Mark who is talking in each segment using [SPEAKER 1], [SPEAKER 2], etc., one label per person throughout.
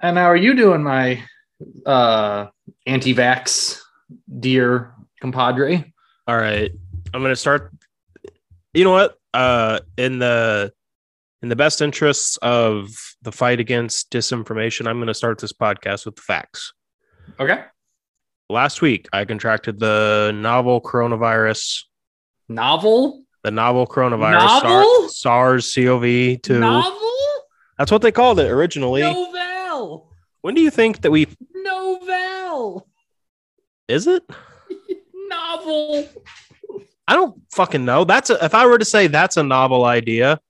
[SPEAKER 1] And how are you doing, my uh, anti-vax dear compadre?
[SPEAKER 2] All right. I'm gonna start. You know what? Uh, in the in the best interests of the fight against disinformation, I'm gonna start this podcast with the facts.
[SPEAKER 1] Okay.
[SPEAKER 2] Last week, I contracted the novel coronavirus.
[SPEAKER 1] Novel?
[SPEAKER 2] The novel coronavirus
[SPEAKER 1] Novel?
[SPEAKER 2] SARS CoV two.
[SPEAKER 1] Novel?
[SPEAKER 2] That's what they called it originally.
[SPEAKER 1] Novel.
[SPEAKER 2] When do you think that we
[SPEAKER 1] Novel.
[SPEAKER 2] is it?
[SPEAKER 1] Novel.
[SPEAKER 2] I don't fucking know. That's a, if I were to say that's a novel idea,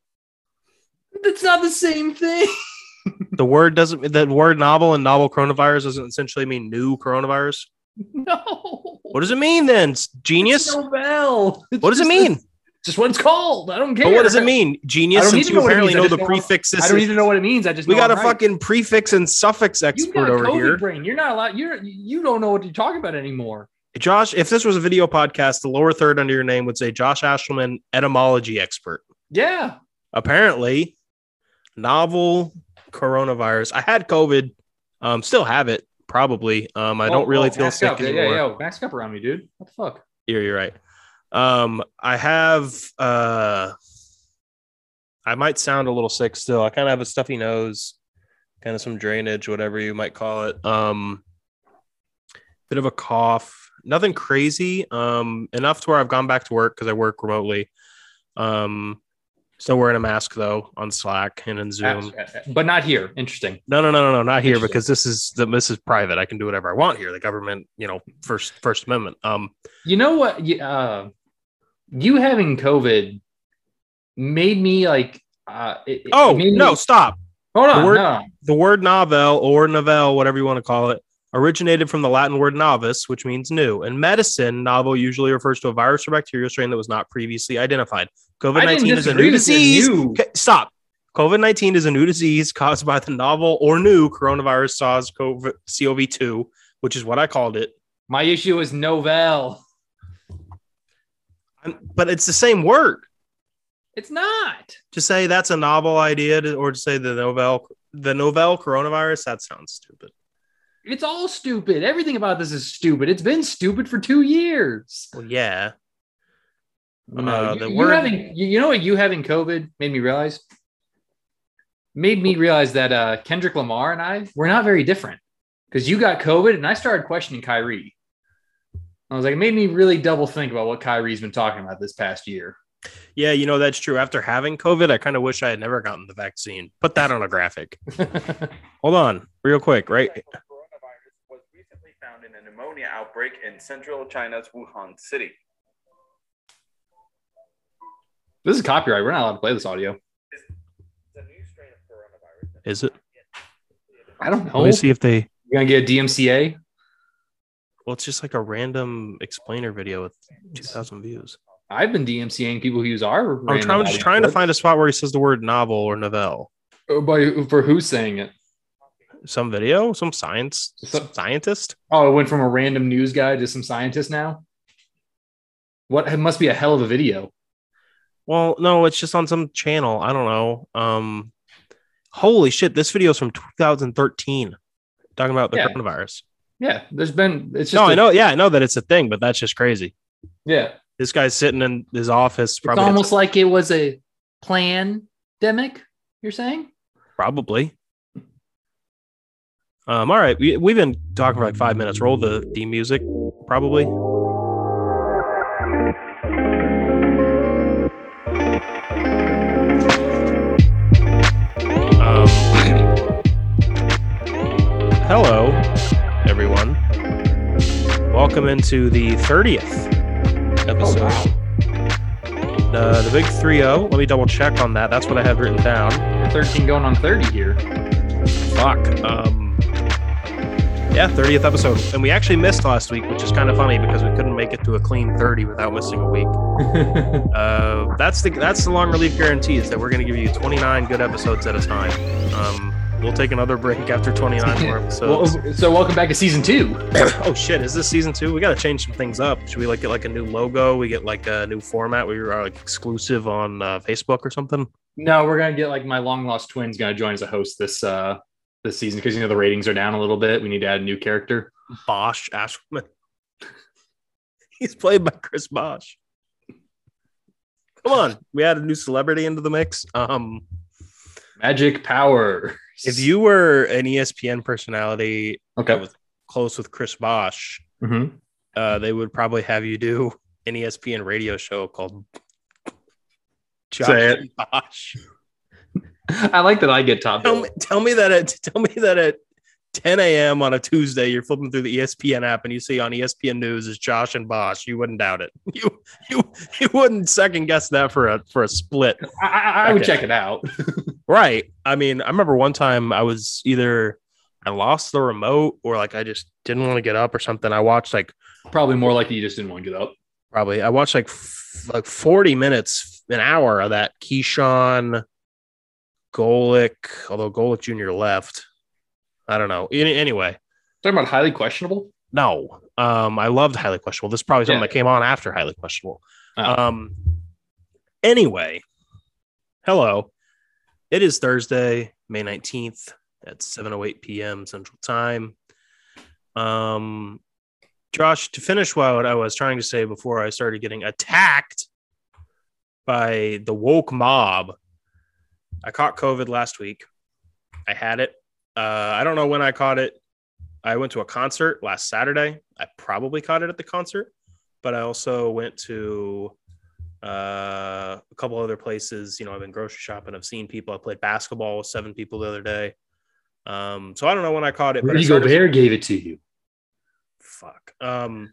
[SPEAKER 1] That's not the same thing.
[SPEAKER 2] the word doesn't the word novel and novel coronavirus doesn't essentially mean new coronavirus.
[SPEAKER 1] No.
[SPEAKER 2] What does it mean then? s- Genius?
[SPEAKER 1] Novel. It's
[SPEAKER 2] What does it
[SPEAKER 1] just-
[SPEAKER 2] mean?
[SPEAKER 1] Just what it's called. I don't care.
[SPEAKER 2] But what does it mean?
[SPEAKER 1] I
[SPEAKER 2] Genius,
[SPEAKER 1] don't need
[SPEAKER 2] since
[SPEAKER 1] to
[SPEAKER 2] you
[SPEAKER 1] know what it
[SPEAKER 2] apparently
[SPEAKER 1] means. I
[SPEAKER 2] know
[SPEAKER 1] just
[SPEAKER 2] the
[SPEAKER 1] know I'm-
[SPEAKER 2] prefixes.
[SPEAKER 1] I don't need to know what it means. I just
[SPEAKER 2] we
[SPEAKER 1] know
[SPEAKER 2] got a
[SPEAKER 1] I'm right.
[SPEAKER 2] fucking prefix and suffix
[SPEAKER 1] you got
[SPEAKER 2] expert
[SPEAKER 1] a
[SPEAKER 2] over
[SPEAKER 1] COVID
[SPEAKER 2] here.
[SPEAKER 1] brain. You're not allowed. You're you don't know what you're talking about anymore.
[SPEAKER 2] Josh, if this was a video podcast, the lower third under your name would say Josh Ashelman, etymology expert.
[SPEAKER 1] Yeah.
[SPEAKER 2] Apparently, novel coronavirus. I had COVID, um, still have it, probably. Um, I
[SPEAKER 1] Oh,
[SPEAKER 2] don't really
[SPEAKER 1] oh,
[SPEAKER 2] feel
[SPEAKER 1] mask
[SPEAKER 2] sick
[SPEAKER 1] up.
[SPEAKER 2] anymore.
[SPEAKER 1] Yeah, yeah, yeah. Mask up around me, dude. What the fuck?
[SPEAKER 2] You're, you're right. Um, I have uh I might sound a little sick still. I kind of have a stuffy nose, kind of some drainage, whatever you might call it. Um bit of a cough. Nothing crazy. Um enough to where I've gone back to work because I work remotely. Um still wearing a mask though on Slack and in Zoom.
[SPEAKER 1] Um, But not here. Interesting.
[SPEAKER 2] No, no, no, no, no, not here
[SPEAKER 1] Interesting.
[SPEAKER 2] because this is the this is private. I can do whatever I want here. The government, you know, first First Amendment. Um
[SPEAKER 1] You know what? you- Uh, you having COVID made me like. Uh, it, it
[SPEAKER 2] oh
[SPEAKER 1] made me-
[SPEAKER 2] no, stop.
[SPEAKER 1] hold on.
[SPEAKER 2] the word-
[SPEAKER 1] no.
[SPEAKER 2] The word novel or novelle, whatever you want to call it, originated from the Latin word novus, which means new. In medicine, novel usually refers to a virus or bacterial strain that was not previously identified. COVID
[SPEAKER 1] I didn't
[SPEAKER 2] 19 is a
[SPEAKER 1] disagree
[SPEAKER 2] new
[SPEAKER 1] with you.
[SPEAKER 2] disease.
[SPEAKER 1] You-
[SPEAKER 2] Okay, stop. COVID 19 is a new disease caused by the novel or new coronavirus SARS CoV 2, which is what I called it.
[SPEAKER 1] My issue is Novell.
[SPEAKER 2] I'm- But it's the same word.
[SPEAKER 1] It's not.
[SPEAKER 2] To say that's a novel idea to, or to say the novel, the novel coronavirus, that sounds stupid.
[SPEAKER 1] It's all stupid. Everything about this is stupid. It's been stupid for two years.
[SPEAKER 2] Well, yeah.
[SPEAKER 1] No,
[SPEAKER 2] Uh,
[SPEAKER 1] you,
[SPEAKER 2] the
[SPEAKER 1] you
[SPEAKER 2] word-
[SPEAKER 1] having you, you know what you having COVID made me realize. Made me realize that uh, Kendrick Lamar and I were not very different because you got COVID and I started questioning Kyrie. I was like, it made me really double think about what Kyrie's been talking about this past year.
[SPEAKER 2] Yeah, you know that's true. After having COVID, I kind of wish I had never gotten the vaccine. Put that on a graphic. Hold on, real quick, right?
[SPEAKER 3] coronavirus was recently found in a pneumonia outbreak in central China's Wuhan city.
[SPEAKER 1] this is copyright. We're not allowed to play this audio.
[SPEAKER 3] The new strain of coronavirus.
[SPEAKER 2] Is it?
[SPEAKER 1] I don't know.
[SPEAKER 2] Let me see if they.
[SPEAKER 1] You gonna get a DMCA?
[SPEAKER 2] Well, it's just like a random explainer video with two thousand views.
[SPEAKER 1] I've been DMCAing people who use our.
[SPEAKER 2] I'm, trying, I'm just trying to find a spot where he says the word novel or novelle.
[SPEAKER 1] Oh, by for who's saying it.
[SPEAKER 2] Some video, some science,
[SPEAKER 1] So-
[SPEAKER 2] some scientist.
[SPEAKER 1] Oh, it went from a random news guy to some scientist now. What it must be a hell of a video.
[SPEAKER 2] Well, no, it's just on some channel. I don't know. Um, holy shit, this video is from 2013, talking about the
[SPEAKER 1] Yeah.
[SPEAKER 2] coronavirus.
[SPEAKER 1] Yeah, there's been it's just
[SPEAKER 2] No,
[SPEAKER 1] I
[SPEAKER 2] I know. Yeah, I know that it's a thing, but that's just crazy.
[SPEAKER 1] Yeah,
[SPEAKER 2] This guy's sitting in his office.
[SPEAKER 1] it's
[SPEAKER 2] Probably,
[SPEAKER 1] almost like it was a pandemic. You're saying?
[SPEAKER 2] probably. Um. All right, we, we've been talking for like five minutes. Roll the D music, probably. Um, hello, everyone. Welcome into the thirtieth episode. Uh, the big three zero. Let me double check on that. That's what I had written down.
[SPEAKER 1] We're 13 going on 30 here.
[SPEAKER 2] Fuck. Um, yeah, 30th episode. And we actually missed last week, which is kind of funny because we couldn't make it to a clean 30 without missing a week. Uh, that's the that's the long relief guarantee is that we're going to give you 29 good episodes at a time. Um, we'll take another break after 29 more
[SPEAKER 1] Well,
[SPEAKER 2] episodes.
[SPEAKER 1] so welcome back to season two.
[SPEAKER 2] oh shit, is this season two? We got to change some things up. Should we like get like a new logo? We get like a new format. We are like exclusive on uh, Facebook or something.
[SPEAKER 1] No, we're gonna get like my long lost twins gonna join as a host this uh this season because you know the ratings are down a little bit. We need to add a new character.
[SPEAKER 2] Bosch Ashman. He's played by Chris Bosch. Come on, we had a new celebrity into the mix. Um,
[SPEAKER 1] Magic power.
[SPEAKER 2] if you were an E ESPN personality
[SPEAKER 1] okay,
[SPEAKER 2] that was close with Chris Bosch,
[SPEAKER 1] Mhm.
[SPEAKER 2] uh, they would probably have you do an E ESPN radio show called Josh
[SPEAKER 1] Say
[SPEAKER 2] and Bosch.
[SPEAKER 1] I like that I get top.
[SPEAKER 2] Tell
[SPEAKER 1] billing.
[SPEAKER 2] me, tell me that at tell me that at 10 a.m. on a Tuesday, you're flipping through the E ESPN app and you see on E ESPN News is Josh and Bosch. You wouldn't doubt it. You you you wouldn't second guess that for a for a split.
[SPEAKER 1] I, I, I would
[SPEAKER 2] Okay.
[SPEAKER 1] check it out.
[SPEAKER 2] Right. I mean, I remember one time I was either I lost the remote or like I just didn't want to get up or something. I watched like
[SPEAKER 1] Probably more likely you just didn't want to get up.
[SPEAKER 2] probably I watched like f- like 40 minutes, an hour of that Keyshawn Golick, although Golick Jr. left. I don't know. Any, anyway,
[SPEAKER 1] Talking about highly questionable.
[SPEAKER 2] no. Um, I loved Highly Questionable. This is probably something
[SPEAKER 1] Yeah.
[SPEAKER 2] that came on after Highly Questionable.
[SPEAKER 1] Oh.
[SPEAKER 2] Um, anyway, hello. It is Thursday, May 19th at 7.08 p.m. Central Time. Um, Josh, to finish what I was trying to say before I started getting attacked by the woke mob, I caught COVID last week. I had it. Uh, I don't know when I caught it. I went to a concert last Saturday. I probably caught it at the concert, but I also went to uh, a couple other places. You know, I've been grocery shopping. I've seen people. I played basketball with seven people the other day. Um, so I don't know when I caught it. but I
[SPEAKER 1] Rudy
[SPEAKER 2] started-
[SPEAKER 1] Gobert gave it to you.
[SPEAKER 2] fuck. Um,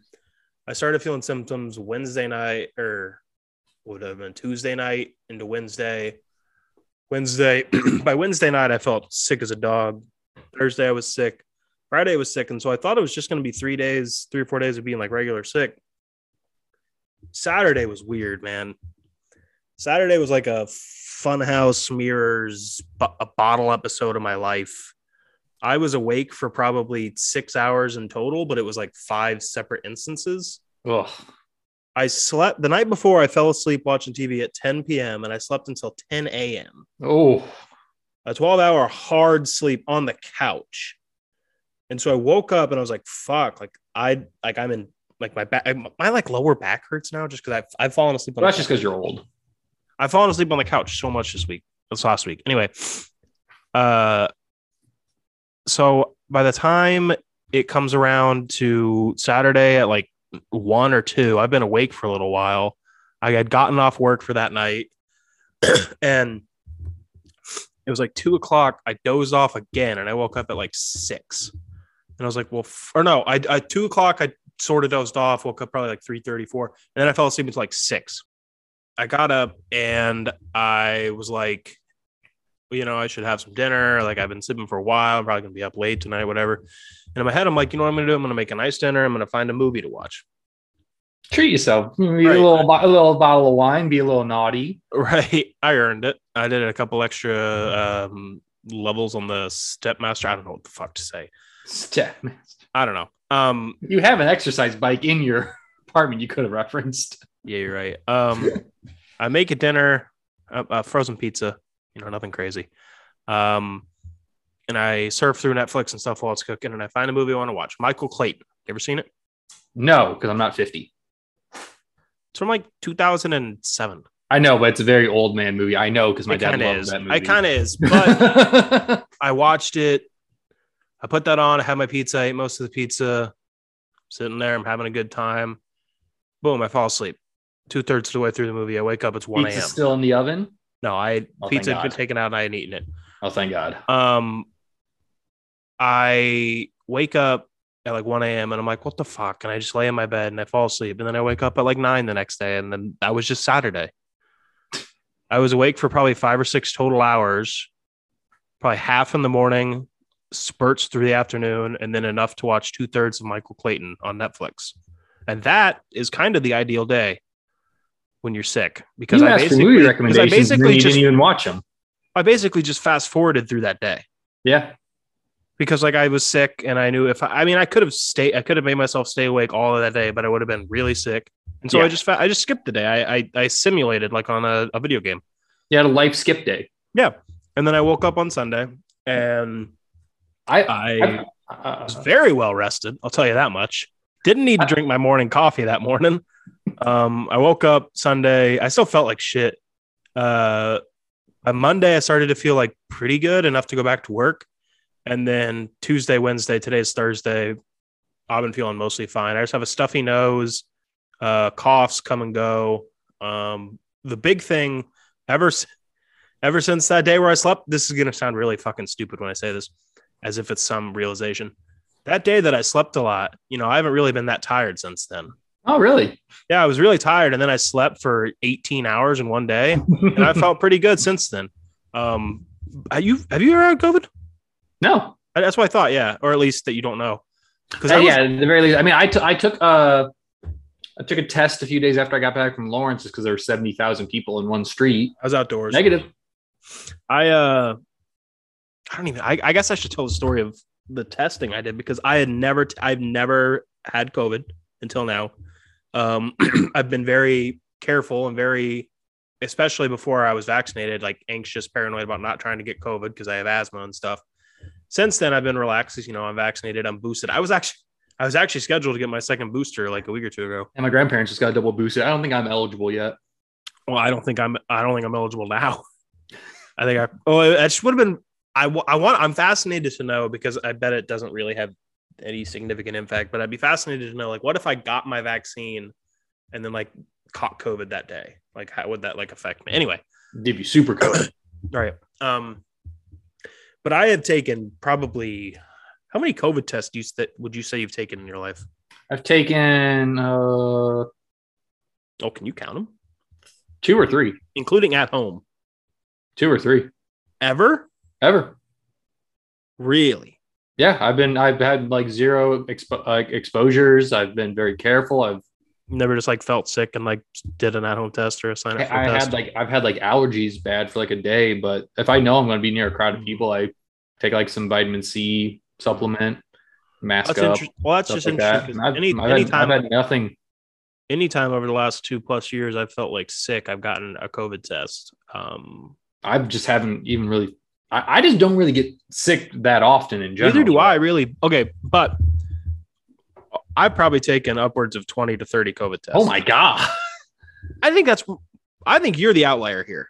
[SPEAKER 2] I started feeling symptoms Wednesday night, or would have been Tuesday night into Wednesday. Wednesday by Wednesday night, I felt sick as a dog. Thursday, I was sick. Friday, I was sick, and so I thought it was just going to be three days, three or four days of being like regular sick. Saturday was weird, man. Saturday was like a funhouse mirrors bo- a bottle episode of my life. I was awake for probably six hours in total, but it was like five separate instances.
[SPEAKER 1] Ugh.
[SPEAKER 2] I slept the night before. I fell asleep watching TV at 10 p.m. and I slept until 10 a.m.
[SPEAKER 1] Oh,
[SPEAKER 2] A 12 hour hard sleep on the couch. And so I woke up and I was like, "Fuck!" Like I like I'm in like my back. My like lower back hurts now just because I've I've fallen asleep.
[SPEAKER 1] but that's
[SPEAKER 2] the
[SPEAKER 1] just because you're old.
[SPEAKER 2] I've fallen asleep on the couch so much this week. This last week. Anyway. Uh so by the time it comes around to Saturday at like one or two, I've been awake for a little while. I had gotten off work for that night and it was like two o'clock. I dozed off again and I woke up at like six. And I was like, well, f- or no, I, I two o'clock, I sort of dozed off, woke up probably like three thirty four, And then I fell asleep until like six. I got up and I was like, you know, I should have some dinner. Like I've been sipping for a while. I'm probably gonna be up late tonight, whatever. And in my head, I'm like, you know what I'm gonna do? I'm gonna make a nice dinner. I'm gonna find a movie to watch.
[SPEAKER 1] Treat yourself. Hmm, Be
[SPEAKER 2] Right.
[SPEAKER 1] a little, bo- a little bottle of wine. Be a little naughty.
[SPEAKER 2] Right. I earned it. I did a couple extra um, levels on the stepmaster. I don't know what the fuck to say.
[SPEAKER 1] Step.
[SPEAKER 2] I don't know. Um,
[SPEAKER 1] You have an exercise bike in your apartment. You could have referenced.
[SPEAKER 2] Yeah, you're right. Um, I make a dinner, a, a frozen pizza, you know, nothing crazy. Um, and I surf through Netflix and stuff while it's cooking, and I find a movie I want to watch. Michael Clayton. You ever seen it?
[SPEAKER 1] No, because I'm not 50.
[SPEAKER 2] It's from like 2007.
[SPEAKER 1] I know, but it's a very old man movie. I know because my
[SPEAKER 2] it
[SPEAKER 1] dad
[SPEAKER 2] kind of
[SPEAKER 1] loves
[SPEAKER 2] is.
[SPEAKER 1] that movie.
[SPEAKER 2] It kind of is, but
[SPEAKER 1] but
[SPEAKER 2] I watched it. I put that on. I had my pizza. I ate most of the pizza. Sitting there, I'm having a good time. Boom! I fall asleep. Two thirds of the way through the movie, I wake up. It's 1 a.m.
[SPEAKER 1] pizza's still in the oven.
[SPEAKER 2] no, I
[SPEAKER 1] Oh, thank
[SPEAKER 2] pizza
[SPEAKER 1] God.
[SPEAKER 2] had been taken out. and I hadn't eaten it.
[SPEAKER 1] Oh, thank God.
[SPEAKER 2] Um, I wake up at like 1 a.m. and I'm like, what the fuck? And I just lay in my bed and I fall asleep. And then I wake up at like nine the next day. And then that was just Saturday. I was awake for probably five or six total hours, probably half in the morning, spurts through the afternoon, and then enough to watch two thirds of Michael Clayton on Netflix. And that is kind of the ideal day when you're sick because
[SPEAKER 1] you
[SPEAKER 2] I
[SPEAKER 1] asked for movie
[SPEAKER 2] basically, because I
[SPEAKER 1] recommendations. and then
[SPEAKER 2] basically
[SPEAKER 1] you
[SPEAKER 2] just
[SPEAKER 1] didn't even watch them.
[SPEAKER 2] I basically just fast forwarded through that day
[SPEAKER 1] Yeah.
[SPEAKER 2] because like I was sick and I knew if I, I mean I could have stayed I could have made myself stay awake all of that day, but I would have been really sick. And so I
[SPEAKER 1] Yeah.
[SPEAKER 2] just fa- I just skipped the day. I I, I simulated like on a, a video game,
[SPEAKER 1] You had a life skip day.
[SPEAKER 2] and then I woke up on Sunday and
[SPEAKER 1] I,
[SPEAKER 2] I
[SPEAKER 1] I uh,
[SPEAKER 2] was very well rested. I'll tell you that much. Didn't need to drink my morning coffee that morning. Um, I woke up Sunday. I still felt like shit. Uh, on Monday, I started to feel like pretty good enough to go back to work. And then Tuesday, Wednesday, today's Thursday. I've been feeling mostly fine. I just have a stuffy nose, uh, coughs come and go. Um, the big thing ever, s- ever since that day where I slept, this is gonna sound really fucking stupid when I say this as if it's some realization. That day that I slept a lot, you know, I haven't really been that tired since then.
[SPEAKER 1] oh really?
[SPEAKER 2] Yeah, I was really tired and then I slept for 18 hours in one day and I felt pretty good since then. Um, have you have you ever had COVID?
[SPEAKER 1] no,
[SPEAKER 2] I- That's what I thought, yeah, or at least that you don't know. Because
[SPEAKER 1] Uh,
[SPEAKER 2] I was,
[SPEAKER 1] yeah, at the very least. I mean, I t- I took uh, I took a test a few days after I got back from Lawrence, just because there were seventy thousand people in one street.
[SPEAKER 2] I was outdoors.
[SPEAKER 1] Negative.
[SPEAKER 2] I uh, I don't even. I, I guess I should tell the story of the testing I did because I had never. T- I've never had COVID until now. Um, I've been very careful and very, especially before I was vaccinated, like anxious, paranoid about not trying to get COVID because I have asthma and stuff. Since then, I've been relaxed. 'cause, You know, I'm vaccinated. I'm boosted. I was actually. I was actually scheduled to get my second booster like a week or two ago.
[SPEAKER 1] And my grandparents just got a double boosted. I don't think I'm eligible yet.
[SPEAKER 2] Well, I don't think I'm. I don't think I'm eligible now. I think I. Oh, that just would have been. I, wa- I want. I'm fascinated to know because I bet it doesn't really have any significant impact. But I'd be fascinated to know, like, what if I got my vaccine and then like caught COVID that day? Like, how would that like affect me? Anyway,
[SPEAKER 1] Give you super COVID.
[SPEAKER 2] all right. Um, but I have taken probably how many COVID tests do you that would you say you've taken in your life?
[SPEAKER 1] I've taken uh
[SPEAKER 2] Oh, can you count them,
[SPEAKER 1] two or three,
[SPEAKER 2] including at home?
[SPEAKER 1] two or three
[SPEAKER 2] Ever
[SPEAKER 1] ever.
[SPEAKER 2] really?
[SPEAKER 1] Yeah, I've been I've had like zero expo- like exposures. I've been very careful. I've
[SPEAKER 2] never just like felt sick and like did an at-home test or a sign
[SPEAKER 1] I,
[SPEAKER 2] up for
[SPEAKER 1] I
[SPEAKER 2] a test.
[SPEAKER 1] had like I've had like allergies bad for like a day, but if I know I'm going to be near a crowd
[SPEAKER 2] Mm-hmm.
[SPEAKER 1] of people, I take like some vitamin C supplement, mask
[SPEAKER 2] that's
[SPEAKER 1] up.
[SPEAKER 2] inter- well, that's
[SPEAKER 1] stuff
[SPEAKER 2] just
[SPEAKER 1] like that.
[SPEAKER 2] interesting. 'cause
[SPEAKER 1] And I've,
[SPEAKER 2] any
[SPEAKER 1] I've had,
[SPEAKER 2] anytime
[SPEAKER 1] I've had nothing.
[SPEAKER 2] anytime over the last two plus years, I've felt like sick. I've gotten a COVID test. Um,
[SPEAKER 1] I just haven't even really. I, I just don't really get sick that often in general.
[SPEAKER 2] neither do I really. Okay, but I've probably taken upwards of twenty to thirty COVID tests.
[SPEAKER 1] Oh my god!
[SPEAKER 2] I think that's. I think you're the outlier here.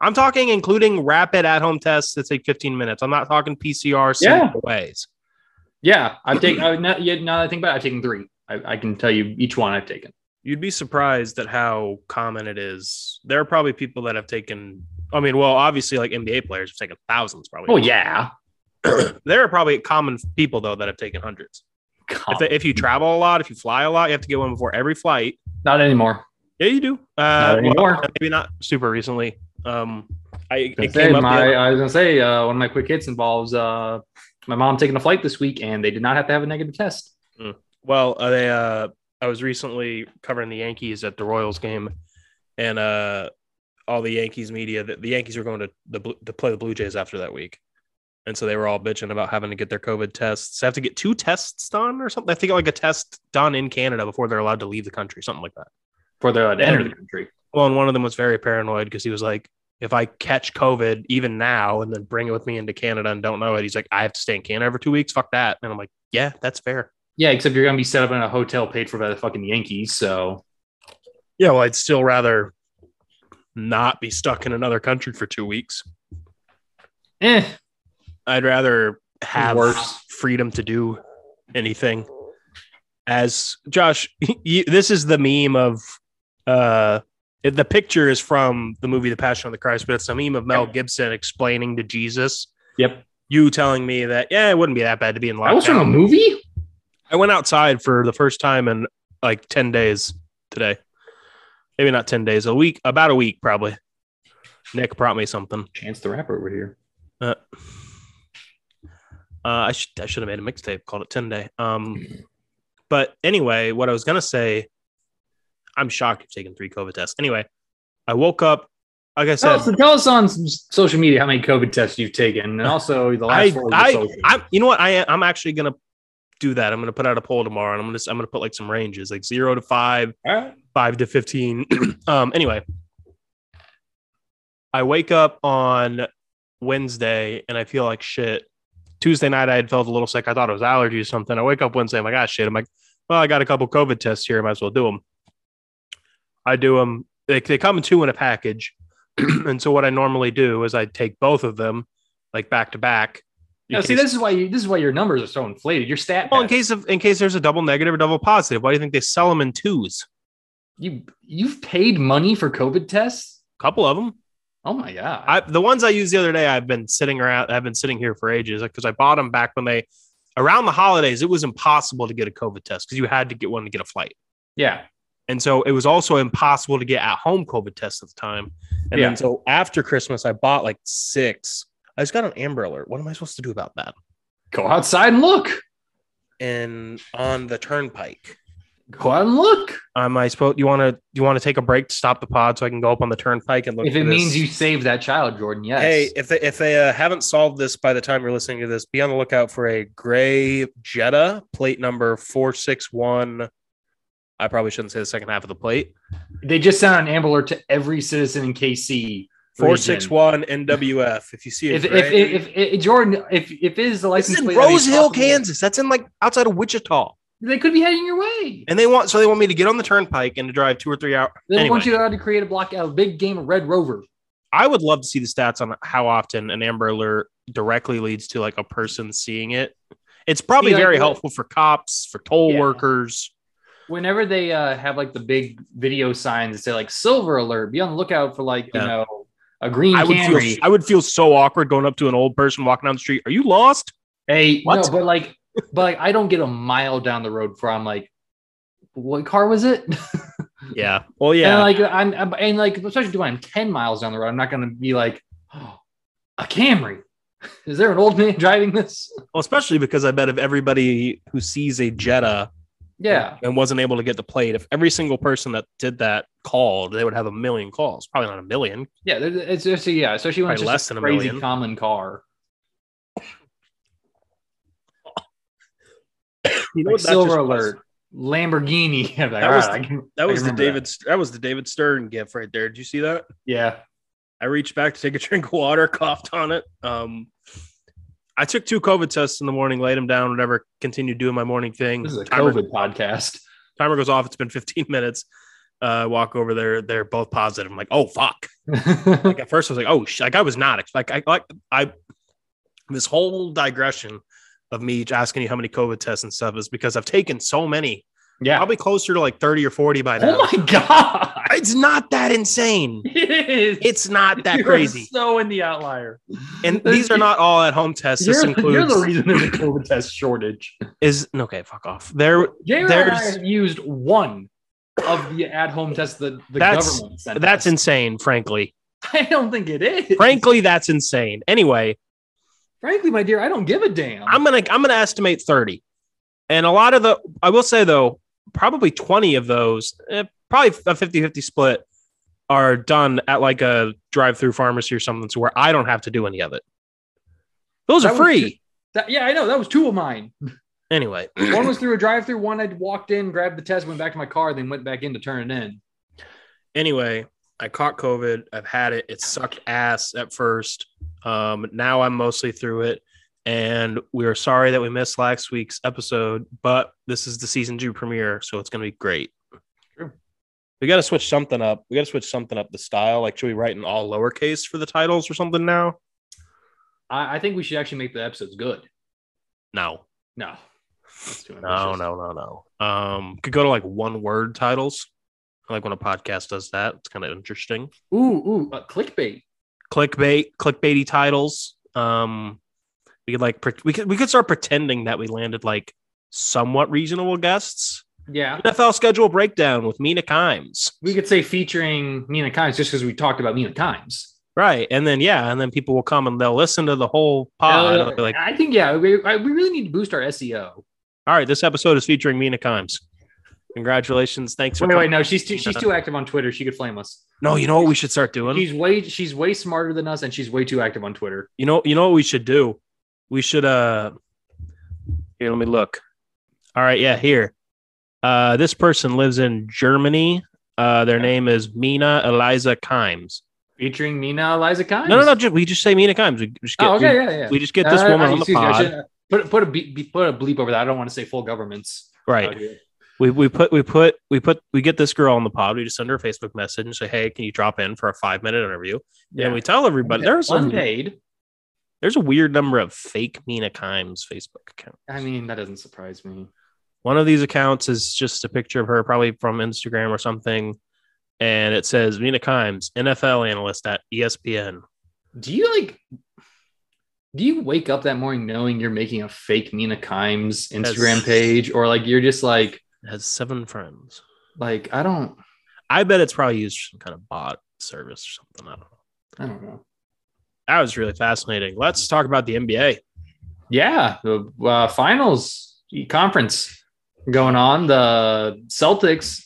[SPEAKER 2] I'm talking including rapid at-home tests that take 15 minutes. I'm not talking PCR
[SPEAKER 1] Yeah.
[SPEAKER 2] simple ways.
[SPEAKER 1] Yeah, I've taken. I, now, yeah, now that I think about it, I've taken three. I, I can tell you each one I've taken.
[SPEAKER 2] You'd be surprised at how common it is. There are probably people that have taken. I mean, well, obviously, like NBA players have taken thousands, probably.
[SPEAKER 1] Oh yeah.
[SPEAKER 2] there are probably common people though that have taken hundreds. If, they,
[SPEAKER 1] Oh.
[SPEAKER 2] if you travel a lot, if you fly a lot, you have to get one before every flight.
[SPEAKER 1] Not anymore.
[SPEAKER 2] Yeah, you do.
[SPEAKER 1] Not
[SPEAKER 2] Uh, well,
[SPEAKER 1] anymore.
[SPEAKER 2] maybe not super recently. Um,
[SPEAKER 1] I
[SPEAKER 2] I it
[SPEAKER 1] was gonna
[SPEAKER 2] came
[SPEAKER 1] say,
[SPEAKER 2] up. the
[SPEAKER 1] my,
[SPEAKER 2] other-
[SPEAKER 1] I was gonna say uh, one of my quick hits involves uh, my mom taking a flight this week, and they did not have to have a negative test.
[SPEAKER 2] Well, uh, they uh I was recently covering the Yankees at the Royals game and uh all the Yankees media the, the Yankees were going to the Blue- to play the Blue Jays after that week. And so they were all bitching about having to get their COVID tests. They have to get two tests done or something. I think like a test done in Canada before they're allowed to leave the country, something like that.
[SPEAKER 1] Before they're allowed to enter the country.
[SPEAKER 2] Well, and one of them was very paranoid because he was like, if I catch COVID even now and then bring it with me into Canada and don't know it, he's like, I have to stay in Canada for two weeks. Fuck that. And I'm like, yeah, that's fair.
[SPEAKER 1] Yeah, except you're gonna be set up in a hotel paid for by the fucking Yankees. So
[SPEAKER 2] Yeah, well, I'd still rather not be stuck in another country for two weeks.
[SPEAKER 1] eh,
[SPEAKER 2] I'd rather have
[SPEAKER 1] Worse.
[SPEAKER 2] freedom to do anything. As Josh, you, this is the meme of uh, it- the picture is from the movie The Passion of the Christ, but it's a meme of Mel Gibson explaining to Jesus.
[SPEAKER 1] Yep.
[SPEAKER 2] You telling me that, yeah, it wouldn't be that bad to be in
[SPEAKER 1] I was from a
[SPEAKER 2] lockdown.
[SPEAKER 1] movie.
[SPEAKER 2] I went outside for the first time in like 10 days today. Maybe not 10 days, a week, about a week probably. Nick brought me something.
[SPEAKER 1] Chance the Rapper over here.
[SPEAKER 2] Uh, uh, I should I should have made a mixtape called it 10 Day. Um, but anyway, what I was gonna say, I'm shocked you've taken three COVID tests. Anyway, I woke up, like I
[SPEAKER 1] Tell
[SPEAKER 2] said,
[SPEAKER 1] us, tell us on s- social media how many COVID tests you've taken, and also the last
[SPEAKER 2] I,
[SPEAKER 1] four of your
[SPEAKER 2] I,
[SPEAKER 1] social.
[SPEAKER 2] I'm, you know what? I, I'm actually gonna do that. I'm gonna put out a poll tomorrow, and I'm gonna, I'm gonna put like some ranges, like zero to five,
[SPEAKER 1] All right.
[SPEAKER 2] five to 15. um, anyway, I wake up on Wednesday and I feel like shit. Tuesday night I had felt a little sick. I thought it was allergy or something. I wake up Wednesday, I'm like, ah, shit. I'm like, well, I got a couple COVID tests here. I might as well do them. I do them. They, they come in two in a package. and so what I normally do is I take both of them like back to back.
[SPEAKER 1] Now, see, this is why you, this is why your numbers are so inflated. Your stat.
[SPEAKER 2] well, in
[SPEAKER 1] pattern.
[SPEAKER 2] case of in case there's a double negative or double positive, why do you think they sell them in twos?
[SPEAKER 1] you you've paid money for COVID tests.
[SPEAKER 2] A couple of them.
[SPEAKER 1] Oh my god!
[SPEAKER 2] I, the ones I used the other day, I've been sitting around. I've been sitting here for ages because I bought them back when they around the holidays. It was impossible to get a COVID test because you had to get one to get a flight,
[SPEAKER 1] yeah,
[SPEAKER 2] and so it was also impossible to get at home COVID tests at the time. And
[SPEAKER 1] Yeah.
[SPEAKER 2] then so after Christmas, I bought like six. I just got an Amber Alert. What am I supposed to do about that?
[SPEAKER 1] go outside and look.
[SPEAKER 2] And on the turnpike,
[SPEAKER 1] Go out and look.
[SPEAKER 2] am I supposed? You want to? You want to take a break to stop the pod so I can go up on the turnpike and look?
[SPEAKER 1] If it
[SPEAKER 2] for this?
[SPEAKER 1] means you saved that child, Jordan. Yes.
[SPEAKER 2] Hey, if they if they uh, haven't solved this by the time you're listening to this, be on the lookout for a gray Jetta plate number four six one. I probably shouldn't say the second half of the plate.
[SPEAKER 1] they just sent an amber alert to every citizen in KC.
[SPEAKER 2] Four six one NWF. If you see it,
[SPEAKER 1] If, if, if, if, if Jordan, if if it is the
[SPEAKER 2] it's
[SPEAKER 1] license
[SPEAKER 2] in
[SPEAKER 1] plate that
[SPEAKER 2] Rose
[SPEAKER 1] he's
[SPEAKER 2] Hill,
[SPEAKER 1] talking about,
[SPEAKER 2] Kansas. That's in like outside of Wichita,
[SPEAKER 1] they could be heading your way.
[SPEAKER 2] and they want so they want me to get on the turnpike and to drive two or three hours.
[SPEAKER 1] They
[SPEAKER 2] Anyway,
[SPEAKER 1] want you allowed to create a block, a big game of Red Rover.
[SPEAKER 2] I would love to see the stats on how often an Amber Alert directly leads to like a person seeing it. It's probably
[SPEAKER 1] like,
[SPEAKER 2] very
[SPEAKER 1] what-
[SPEAKER 2] helpful for cops, for toll
[SPEAKER 1] Yeah.
[SPEAKER 2] workers.
[SPEAKER 1] Whenever they uh, have like the big video signs that say like "Silver Alert," be on the lookout for like
[SPEAKER 2] Yeah.
[SPEAKER 1] you know a green
[SPEAKER 2] I would
[SPEAKER 1] cannery.
[SPEAKER 2] feel I would feel so awkward going up to an old person walking down the street. Are you lost?
[SPEAKER 1] Hey,
[SPEAKER 2] What?
[SPEAKER 1] no, but like, but like, I don't get a mile down the road before I'm like, what car was it?
[SPEAKER 2] Yeah. Well,
[SPEAKER 1] And
[SPEAKER 2] yeah.
[SPEAKER 1] like, I'm, I'm and like, especially when I'm ten miles down the road, I'm not gonna be like, oh, a Camry. Is there an old man driving this?
[SPEAKER 2] well, especially because I bet if everybody who sees a Jetta
[SPEAKER 1] Yeah,
[SPEAKER 2] and wasn't able to get the plate, if every single person that did that called, they would have a million calls. Probably not a million.
[SPEAKER 1] yeah. there- It's just yeah, especially when it's
[SPEAKER 2] Probably
[SPEAKER 1] just
[SPEAKER 2] less
[SPEAKER 1] a
[SPEAKER 2] than a
[SPEAKER 1] crazy
[SPEAKER 2] million.
[SPEAKER 1] common car.
[SPEAKER 2] You know
[SPEAKER 1] Like
[SPEAKER 2] what that
[SPEAKER 1] Silver
[SPEAKER 2] just was?
[SPEAKER 1] alert, Lamborghini. I'm like,
[SPEAKER 2] That
[SPEAKER 1] all
[SPEAKER 2] was
[SPEAKER 1] right,
[SPEAKER 2] the-
[SPEAKER 1] I can- I
[SPEAKER 2] That was the
[SPEAKER 1] remember
[SPEAKER 2] David. That. was the David Stern gif right there. Did you see that?
[SPEAKER 1] Yeah,
[SPEAKER 2] I reached back to take a drink of water, coughed on it. Um, I took two COVID tests in the morning, laid them down, whatever. Continued doing my morning thing.
[SPEAKER 1] this is a
[SPEAKER 2] Timer-
[SPEAKER 1] COVID podcast.
[SPEAKER 2] timer goes off. It's been 15 minutes. Uh, walk over there. They're both positive. I'm like, oh fuck. Like at first I was like, oh, sh-. like I was not ex- like I like I. This whole digression of me asking you how many COVID tests and stuff is because I've taken so many,
[SPEAKER 1] yeah.
[SPEAKER 2] probably closer to like 30 or 40 by now.
[SPEAKER 1] Oh my god.
[SPEAKER 2] it's not that insane.
[SPEAKER 1] It is.
[SPEAKER 2] It's not that
[SPEAKER 1] You are
[SPEAKER 2] crazy.
[SPEAKER 1] So in the outlier.
[SPEAKER 2] And these are not all at home tests. This
[SPEAKER 1] You're, you're the
[SPEAKER 2] includes
[SPEAKER 1] reason there's a COVID test shortage.
[SPEAKER 2] is okay. Fuck off. There
[SPEAKER 1] Jared and I
[SPEAKER 2] There's-
[SPEAKER 1] have used one of the at-home tests that the
[SPEAKER 2] That's-
[SPEAKER 1] government sent.
[SPEAKER 2] that's
[SPEAKER 1] us.
[SPEAKER 2] insane. Frankly,
[SPEAKER 1] I don't think it is.
[SPEAKER 2] frankly, that's insane. Anyway,
[SPEAKER 1] Frankly, my dear, I don't give a damn.
[SPEAKER 2] I'm gonna I'm gonna estimate 30. And a lot of the I will say though, probably 20 of those, eh, probably a 50-50 split are done at like a drive-through pharmacy or something so where I don't have to do any of it. Those
[SPEAKER 1] That was
[SPEAKER 2] are free.
[SPEAKER 1] ju- That- yeah, I know. That was two of mine.
[SPEAKER 2] anyway,
[SPEAKER 1] One was through a drive-through. One I walked in, grabbed the test, went back to my car, then went back in to turn it in.
[SPEAKER 2] anyway, I caught COVID. I've had it. It sucked ass at first. Um, now I'm mostly through it. And we are sorry that we missed last week's episode, but this is the season two premiere, so it's gonna be great.
[SPEAKER 1] True.
[SPEAKER 2] We gotta switch something up. We gotta switch something up the style. Like, should we write in all lowercase for the titles or something now?
[SPEAKER 1] I, I think we should actually make the episodes good.
[SPEAKER 2] No.
[SPEAKER 1] No. That's too
[SPEAKER 2] No,
[SPEAKER 1] ambitious.
[SPEAKER 2] no, no, no. Um, could go to like one word titles. I like when a podcast does that. It's kind of interesting.
[SPEAKER 1] Ooh, ooh, uh, clickbait.
[SPEAKER 2] clickbait clickbaity titles um we could like pre- we could we could start pretending that we landed like somewhat reasonable guests
[SPEAKER 1] Yeah.
[SPEAKER 2] nfl schedule breakdown with mina kimes
[SPEAKER 1] We could say featuring Mina Kimes just because we talked about Mina Kimes.
[SPEAKER 2] right and then yeah and then people will come and they'll listen to the whole pod
[SPEAKER 1] Uh,
[SPEAKER 2] They'll be like
[SPEAKER 1] I think yeah, we, I, we really need to boost our E SEO.
[SPEAKER 2] all right this episode is featuring mina kimes congratulations thanks for
[SPEAKER 1] Wait, wait,
[SPEAKER 2] coming.
[SPEAKER 1] no, she's too she's too active on Twitter. She could flame us.
[SPEAKER 2] no you know what we should start doing
[SPEAKER 1] She's way she's way smarter than us, and she's way too active on Twitter.
[SPEAKER 2] You know, you know what we should do? We should uh here, let me look. All right, yeah, here. Uh this person lives in Germany. Uh their name is Mina Eliza Kimes.
[SPEAKER 1] featuring Mina Eliza Kimes.
[SPEAKER 2] No, no, no. ju- we just say Mina Kimes. We just get,
[SPEAKER 1] Oh,
[SPEAKER 2] we,
[SPEAKER 1] okay, yeah, yeah.
[SPEAKER 2] we just get this
[SPEAKER 1] Uh,
[SPEAKER 2] woman on the
[SPEAKER 1] excuse me, I
[SPEAKER 2] pod.
[SPEAKER 1] should- Put put a beep, beep- put a bleep over that. I don't want to say full governments. out
[SPEAKER 2] Right.
[SPEAKER 1] here.
[SPEAKER 2] We, we put we put we put we get this girl on the pod. We just send her a Facebook message and say, "Hey, can you drop in for a five minute interview?"
[SPEAKER 1] Yeah,
[SPEAKER 2] And we tell everybody there's a,
[SPEAKER 1] unpaid.
[SPEAKER 2] there's a weird number of fake Mina Kimes Facebook account.
[SPEAKER 1] I mean, that doesn't surprise me.
[SPEAKER 2] One of these accounts is just a picture of her, probably from Instagram or something, and it says Mina Kimes, NFL analyst at E ESPN.
[SPEAKER 1] Do you like? Do you wake up that morning knowing you're making a fake Mina Kimes Instagram
[SPEAKER 2] That's-
[SPEAKER 1] page, or like you're just like
[SPEAKER 2] Has seven friends.
[SPEAKER 1] like I don't
[SPEAKER 2] I bet it's probably used for some kind of bot service or something. I don't know.
[SPEAKER 1] I don't know.
[SPEAKER 2] That was really fascinating. Let's talk about the NBA.
[SPEAKER 1] Yeah, the uh, finals e, conference going on. The Celtics,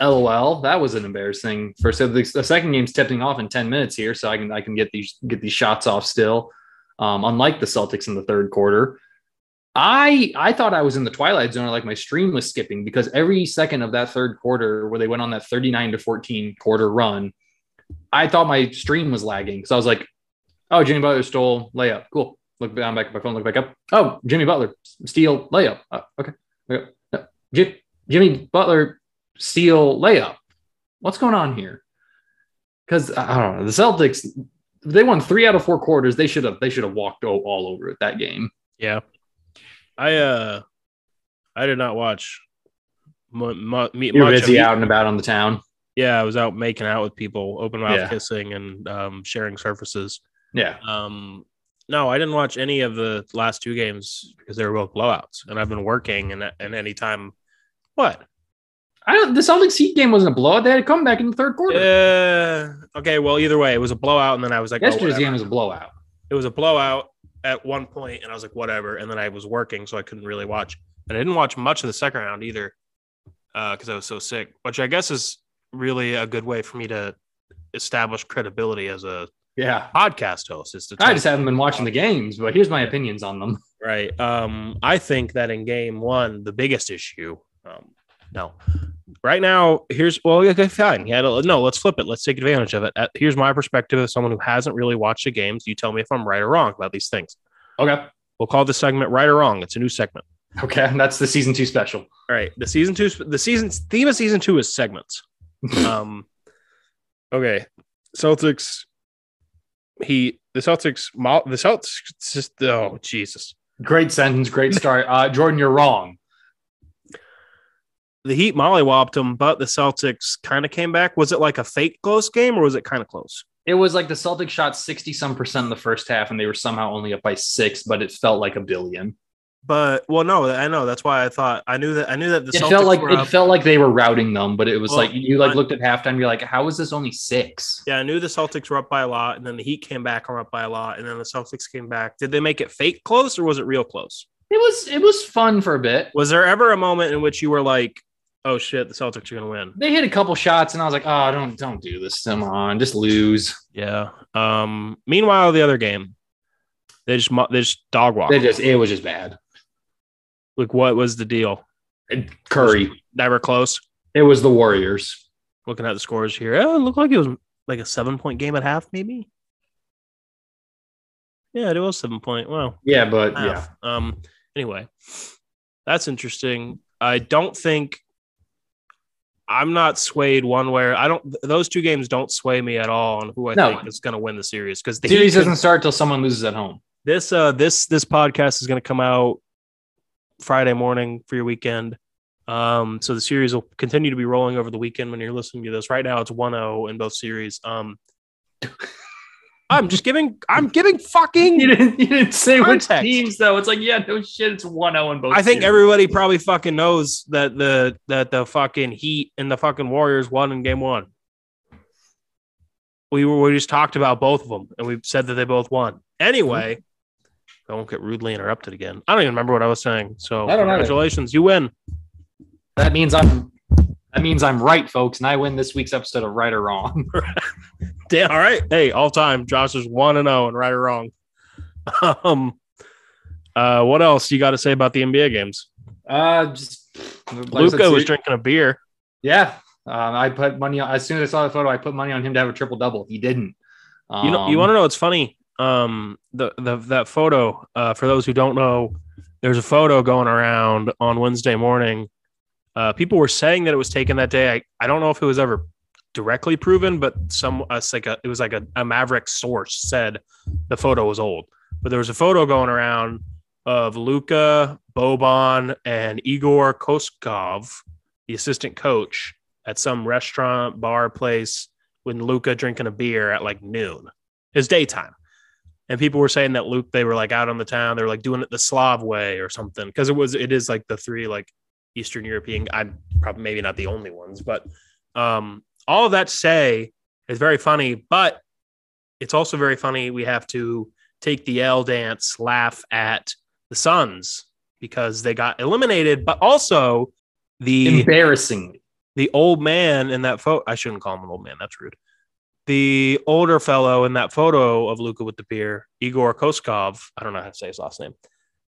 [SPEAKER 1] lol, that was an embarrassing first. So the, the second game's tipping off in ten minutes here, so I can I can get these get these shots off still. Um, unlike the Celtics in the third quarter, I I thought I was in the twilight zone. Like my stream was skipping because every second of that third quarter, where they went on that thirty nine to fourteen quarter run, I thought my stream was lagging. So I was like, oh, Jimmy Butler stole layup. Cool. Look down back at my phone, look back up. Oh, Jimmy Butler steal layup. Oh, okay. okay. No, Jim, Jimmy Butler steal layup. What's going on here? Because I I don't know. The Celtics, they won three out of four quarters. They should have they should have walked o- all over it that game.
[SPEAKER 2] Yeah, I uh, I did not watch. Mu- mu- me-
[SPEAKER 1] You're
[SPEAKER 2] much of
[SPEAKER 1] busy
[SPEAKER 2] it.
[SPEAKER 1] out and about on the town.
[SPEAKER 2] Yeah, I was out making out with people, open mouth
[SPEAKER 1] Yeah.
[SPEAKER 2] kissing, and um, sharing surfaces.
[SPEAKER 1] Yeah.
[SPEAKER 2] Um, no, I didn't watch any of the last two games because they were both blowouts, and I've been working. And and any time, what?
[SPEAKER 1] I don't the Celtics heat game wasn't a blowout. They had a comeback in the third quarter.
[SPEAKER 2] Uh, okay. Well, either way, it was a blowout, and then I was like, oh,
[SPEAKER 1] Yesterday's
[SPEAKER 2] whatever.
[SPEAKER 1] game was a blowout.
[SPEAKER 2] it was a blowout at one point, and I was like, whatever. And then I was working, so I couldn't really watch. And I didn't watch much of the second round either, because I was so sick. Which I guess is really a good way for me to establish credibility as a
[SPEAKER 1] Yeah.
[SPEAKER 2] podcast host. Is to
[SPEAKER 1] I just haven't been watching the games, but here's my opinions on them.
[SPEAKER 2] Right. Um, I think that in game one, the biggest issue. Um, no, right now, here's well, okay, fine. Yeah, no, let's flip it. Let's take advantage of it. Uh, here's my perspective as someone who hasn't really watched the games. You tell me if I'm right or wrong about these things.
[SPEAKER 1] Okay.
[SPEAKER 2] We'll call this segment right or wrong. It's a new segment.
[SPEAKER 1] Okay. That's the season two special.
[SPEAKER 2] All right. The season two, the season theme of season two is segments. um, okay. Celtics. He the Celtics. mo- The Celtics. Just oh Jesus.
[SPEAKER 1] Great sentence, great start. Uh, Jordan, you're wrong.
[SPEAKER 2] the Heat mollywopped them, but the Celtics kind of came back. Was it like a fake close game, or was it kind of close?
[SPEAKER 1] It was like the Celtics shot 60 some percent in the first half, and they were somehow only up by six, but it felt like a billion.
[SPEAKER 2] But well, no, I know that's why I thought I knew that I knew that the
[SPEAKER 1] it
[SPEAKER 2] Celtics
[SPEAKER 1] felt like
[SPEAKER 2] were
[SPEAKER 1] it
[SPEAKER 2] up.
[SPEAKER 1] felt like they were routing them, but it was
[SPEAKER 2] Well,
[SPEAKER 1] like you like
[SPEAKER 2] I-
[SPEAKER 1] looked at halftime, you're like, how is this only six?
[SPEAKER 2] yeah, I knew the Celtics were up by a lot, and then the Heat came back and were up by a lot, and then the Celtics came back. Did they make it fake close, or was it real close?
[SPEAKER 1] It was it was fun for a bit.
[SPEAKER 2] Was there ever a moment in which you were like, "Oh shit, the Celtics are going to win"?
[SPEAKER 1] They hit a couple shots, and I was like, oh, don't don't do this. Come on, just lose.
[SPEAKER 2] Yeah. Um. Meanwhile, the other game, they just mo- they just dog walked.
[SPEAKER 1] They just it was just bad.
[SPEAKER 2] like, what was the deal?
[SPEAKER 1] And Curry,
[SPEAKER 2] Never close.
[SPEAKER 1] it was the Warriors.
[SPEAKER 2] looking at the scores here. Oh, it looked like it was like a seven point game at half, maybe. Yeah, it was seven point. Wow.
[SPEAKER 1] Yeah, but yeah,
[SPEAKER 2] Half. Um. Anyway, that's interesting. I don't think I'm not swayed one way. or- I don't. th- Those two games don't sway me at all on who I
[SPEAKER 1] No.
[SPEAKER 2] think is going to win the series because the
[SPEAKER 1] series
[SPEAKER 2] Heat could-
[SPEAKER 1] doesn't start till someone loses at home.
[SPEAKER 2] this uh this this podcast is going to come out friday morning for your weekend um so the series will continue to be rolling over the weekend when you're listening to this right now it's 1-0 in both series um i'm just giving i'm giving
[SPEAKER 1] You
[SPEAKER 2] fucking
[SPEAKER 1] didn't, you didn't say which
[SPEAKER 2] Context.
[SPEAKER 1] teams though. It's like, yeah, no shit, it's 1-0 in both.
[SPEAKER 2] i think
[SPEAKER 1] series.
[SPEAKER 2] everybody probably fucking knows that the that the fucking heat and the fucking warriors won in game one we were we just talked about both of them and we said that they both won anyway I won't get rudely interrupted again. I don't even remember what I was saying. So
[SPEAKER 1] Mm-hmm. I don't either.
[SPEAKER 2] congratulations, you win.
[SPEAKER 1] that means I'm that means I'm right, folks, and I win this week's episode of Right or Wrong.
[SPEAKER 2] Damn, all right. Hey, all time. Josh is one and zero, and right or wrong. Um, uh, what else you got to say about the NBA games?
[SPEAKER 1] Uh, just like I said,
[SPEAKER 2] Luca was
[SPEAKER 1] ser-
[SPEAKER 2] drinking a beer.
[SPEAKER 1] Yeah, Um, I put money on, as soon as I saw the photo, I put money on him to have a triple double. He didn't. Um,
[SPEAKER 2] You know, you want to know what's funny? Um, the the that photo. Uh, for those who don't know, there's a photo going around on Wednesday morning. Uh, people were saying that it was taken that day. I, I don't know if it was ever directly proven, but some us like a it was like a, a Maverick source said the photo was old. But there was a photo going around of Luca Boban and Igor Koskov, the assistant coach, at some restaurant bar place with Luca drinking a beer at like noon. It's daytime. And people were saying that Luke, they were like out on the town, they were like doing it the Slav way or something. Cause it was, it is like the three like Eastern European, I'm probably maybe not the only ones, but um, all of that to say is very funny, but it's also very funny. We have to take the L dance, laugh at the Suns because they got eliminated, but also the
[SPEAKER 1] embarrassingly.
[SPEAKER 2] the old man in that photo i shouldn't call him an old man that's rude the older fellow in that photo of luca with the beer igor koskov i don't know how to say his last name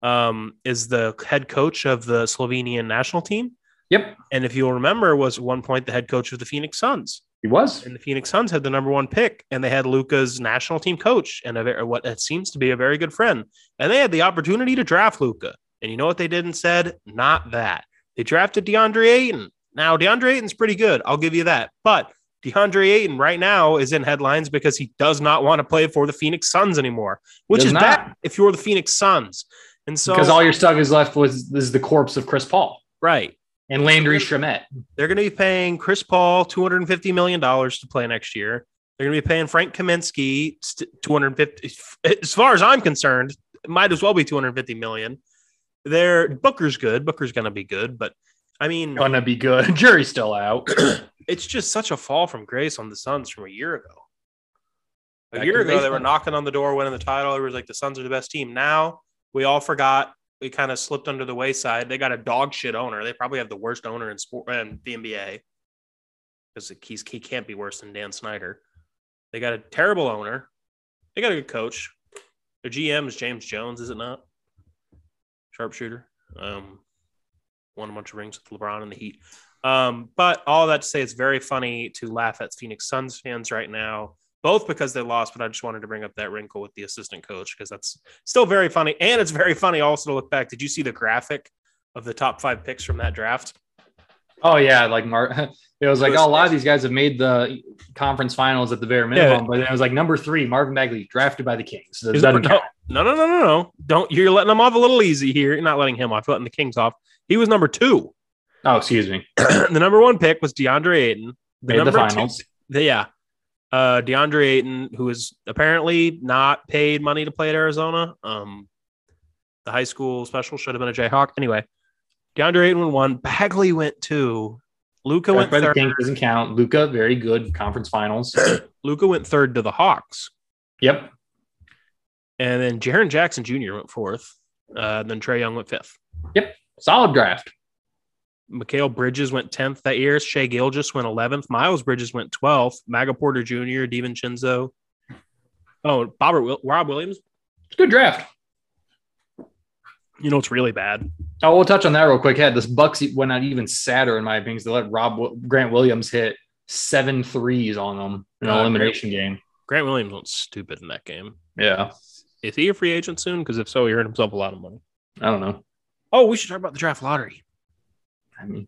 [SPEAKER 2] um, is the head coach of the slovenian national team
[SPEAKER 1] Yep,
[SPEAKER 2] and if you'll remember was at one point the head coach of the phoenix suns
[SPEAKER 1] he was.
[SPEAKER 2] and the phoenix suns had the number one pick and they had luca's national team coach and a very, what it seems to be a very good friend and they had the opportunity to draft luca and you know what they did and said not that they drafted DeAndre Ayton. Now, DeAndre Ayton's pretty good. I'll give you that. But DeAndre Ayton right now is in headlines because he does not want to play for the Phoenix Suns anymore, which
[SPEAKER 1] Does
[SPEAKER 2] is
[SPEAKER 1] not.
[SPEAKER 2] bad if you're the Phoenix Suns. And so,
[SPEAKER 1] because all your stuff is left was is the corpse of Chris Paul
[SPEAKER 2] right,
[SPEAKER 1] and Landry Shamet.
[SPEAKER 2] they're going to be paying Chris Paul $250 million to play next year. They're going to be paying Frank Kaminsky st- 250 as far as I'm concerned, it might as well be 250 million. Their Booker's good. Booker's going to be good, but I mean,
[SPEAKER 1] Gonna be good. Jury's still out.
[SPEAKER 2] it's just such a fall from grace on the Suns from a year ago. A
[SPEAKER 1] Back to
[SPEAKER 2] year ago, they were
[SPEAKER 1] baseball.
[SPEAKER 2] knocking on the door, winning the title. It was like the Suns are the best team. Now we all forgot. We kind of slipped under the wayside. They got a dog shit owner. They probably have the worst owner in sport in the NBA because he's he can't be worse than Dan Snyder. They got a terrible owner. They got a good coach. Their GM is James Jones, is it not? Sharpshooter. Um, won a bunch of rings with LeBron and the Heat. Um, but all that to say, it's very funny to laugh at Phoenix Suns fans right now, both because they lost, but I just wanted to bring up that wrinkle with the assistant coach because that's still very funny. And it's very funny also to look back. Did you see the graphic of the top five picks from that draft?
[SPEAKER 1] Oh yeah, like Mark. It was like
[SPEAKER 2] It was-
[SPEAKER 1] oh, a lot of these guys have made the conference finals at the bare minimum, but then it was like number three, Marvin Bagley, drafted by the Kings. So it
[SPEAKER 2] Is-
[SPEAKER 1] doesn't
[SPEAKER 2] no,
[SPEAKER 1] count.
[SPEAKER 2] no, no, no, no, no. Don't you're letting them off a little easy here. You're not letting him off, you're letting the Kings off. He was number two.
[SPEAKER 1] Oh, excuse me.
[SPEAKER 2] the number one pick was DeAndre Ayton. The
[SPEAKER 1] Made the
[SPEAKER 2] number two-
[SPEAKER 1] finals.
[SPEAKER 2] The- yeah. Uh, DeAndre Ayton, who is apparently not paid money to play at Arizona. Um, the high school special should have been a Jayhawk. Anyway, DeAndre Ayton went one. Bagley went two. Luca
[SPEAKER 1] Drafted
[SPEAKER 2] went
[SPEAKER 1] by the
[SPEAKER 2] third.
[SPEAKER 1] Kings doesn't count. Luca, very good conference finals.
[SPEAKER 2] Luca went third to the Hawks.
[SPEAKER 1] yep.
[SPEAKER 2] And then Jaron Jackson Jr. went fourth. Uh, then Trey Young went fifth.
[SPEAKER 1] Solid draft.
[SPEAKER 2] Mikhail Bridges went 10th that year. Shea Gilgis went 11th. Miles Bridges went 12th. Maga Porter Jr., DiVincenzo. Oh, Robert Will- Rob Williams.
[SPEAKER 1] Good draft.
[SPEAKER 2] You know, it's really bad.
[SPEAKER 1] Oh, we'll touch on that real quick. Head this Bucks e, went out even sadder in my opinion. 'cause They let Rob Wi- Grant Williams hit seven threes on them in an
[SPEAKER 2] Uh,
[SPEAKER 1] elimination game.
[SPEAKER 2] Grant Williams looked stupid in that game.
[SPEAKER 1] Yeah,
[SPEAKER 2] Is he a free agent soon? Because if so, he earned himself a lot of money.
[SPEAKER 1] I don't know.
[SPEAKER 2] Oh, we should talk about the draft lottery.
[SPEAKER 1] I mean,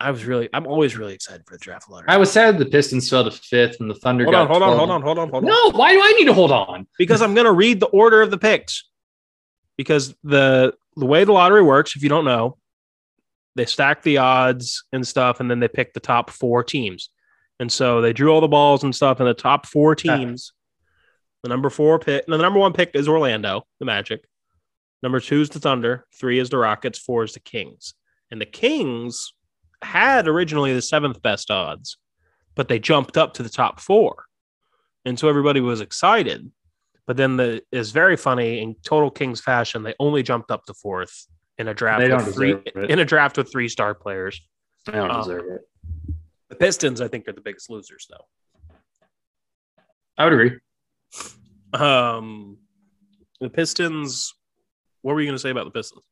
[SPEAKER 2] I was really, I'm always really excited for the draft lottery.
[SPEAKER 1] I was sad the Pistons fell to fifth and the Thunder
[SPEAKER 2] hold
[SPEAKER 1] got.
[SPEAKER 2] on, hold on,
[SPEAKER 1] 12.
[SPEAKER 2] hold on, hold on, hold on.
[SPEAKER 1] No, why do I need to hold on?
[SPEAKER 2] Because I'm going to read the order of the picks. Because the the way the lottery works, if you don't know, they stack the odds and stuff, and then they pick the top four teams. And so they drew all the balls and stuff, and the top four
[SPEAKER 1] Yeah.
[SPEAKER 2] teams. The number four pick, no, the number one pick is Orlando, the Magic. Number two is the Thunder. Three is the Rockets. Four is the Kings. And the Kings had originally the seventh best odds, but they jumped up to the top four. And so everybody was excited. But then the is very funny in total Kings fashion. They only jumped up to fourth in a draft
[SPEAKER 1] They don't
[SPEAKER 2] with three
[SPEAKER 1] deserve it.
[SPEAKER 2] in a draft with three star players.
[SPEAKER 1] I don't
[SPEAKER 2] Um,
[SPEAKER 1] deserve it.
[SPEAKER 2] The Pistons, I think, are the biggest losers though.
[SPEAKER 1] I would agree.
[SPEAKER 2] Um, the Pistons. What were you going to say about the Pistons?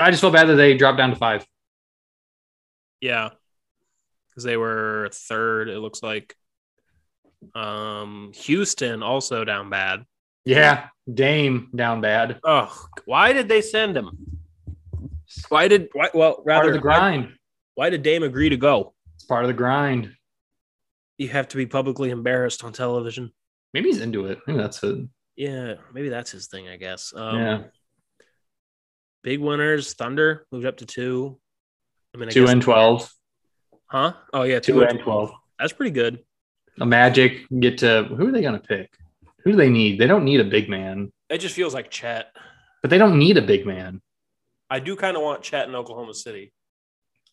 [SPEAKER 1] I just feel bad that they dropped down to five.
[SPEAKER 2] Yeah, because they were third. It looks like. Um, Houston also down bad.
[SPEAKER 1] Yeah, Dame down bad.
[SPEAKER 2] Oh, why did they send him? Why did why, well
[SPEAKER 1] Part
[SPEAKER 2] rather
[SPEAKER 1] of the grind.
[SPEAKER 2] why did Dame agree to go?
[SPEAKER 1] It's part of the grind.
[SPEAKER 2] You have to be publicly embarrassed on television.
[SPEAKER 1] Maybe he's into it. Maybe that's it.
[SPEAKER 2] Yeah, maybe that's his thing. I guess. Um,
[SPEAKER 1] yeah,
[SPEAKER 2] Big winners. Thunder moved up to two. I mean, I
[SPEAKER 1] two
[SPEAKER 2] guess,
[SPEAKER 1] and twelve.
[SPEAKER 2] huh? Oh yeah,
[SPEAKER 1] Two and twelve.
[SPEAKER 2] That's pretty good.
[SPEAKER 1] A Magic get to who are they going to pick? Who do they need? They don't need a big man,
[SPEAKER 2] It just feels like Chet.
[SPEAKER 1] but they don't need a big man.
[SPEAKER 2] I do kind of want Chet in Oklahoma City.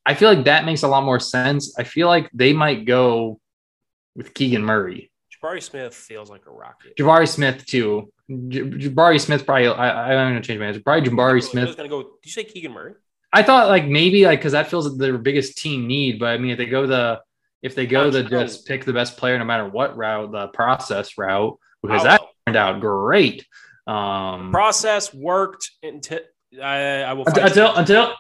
[SPEAKER 1] I feel like that makes a lot more sense. I feel like they might go with Keegan Murray,
[SPEAKER 2] Jabari Smith feels like a rocket.
[SPEAKER 1] Jabari Smith too. J- Jabari Smith probably. I, I'm going to change my answer. Probably Jabari Smith.
[SPEAKER 2] Gonna go. Did you say Keegan Murray?
[SPEAKER 1] I thought like maybe like because that feels like their biggest team need. But I mean, if they go the if they go the just pick the best player no matter what route, the process route, because that
[SPEAKER 2] Wow.
[SPEAKER 1] turned out great. Um,
[SPEAKER 2] process worked until I, I will.
[SPEAKER 1] until
[SPEAKER 2] fight
[SPEAKER 1] until,
[SPEAKER 2] you.
[SPEAKER 1] until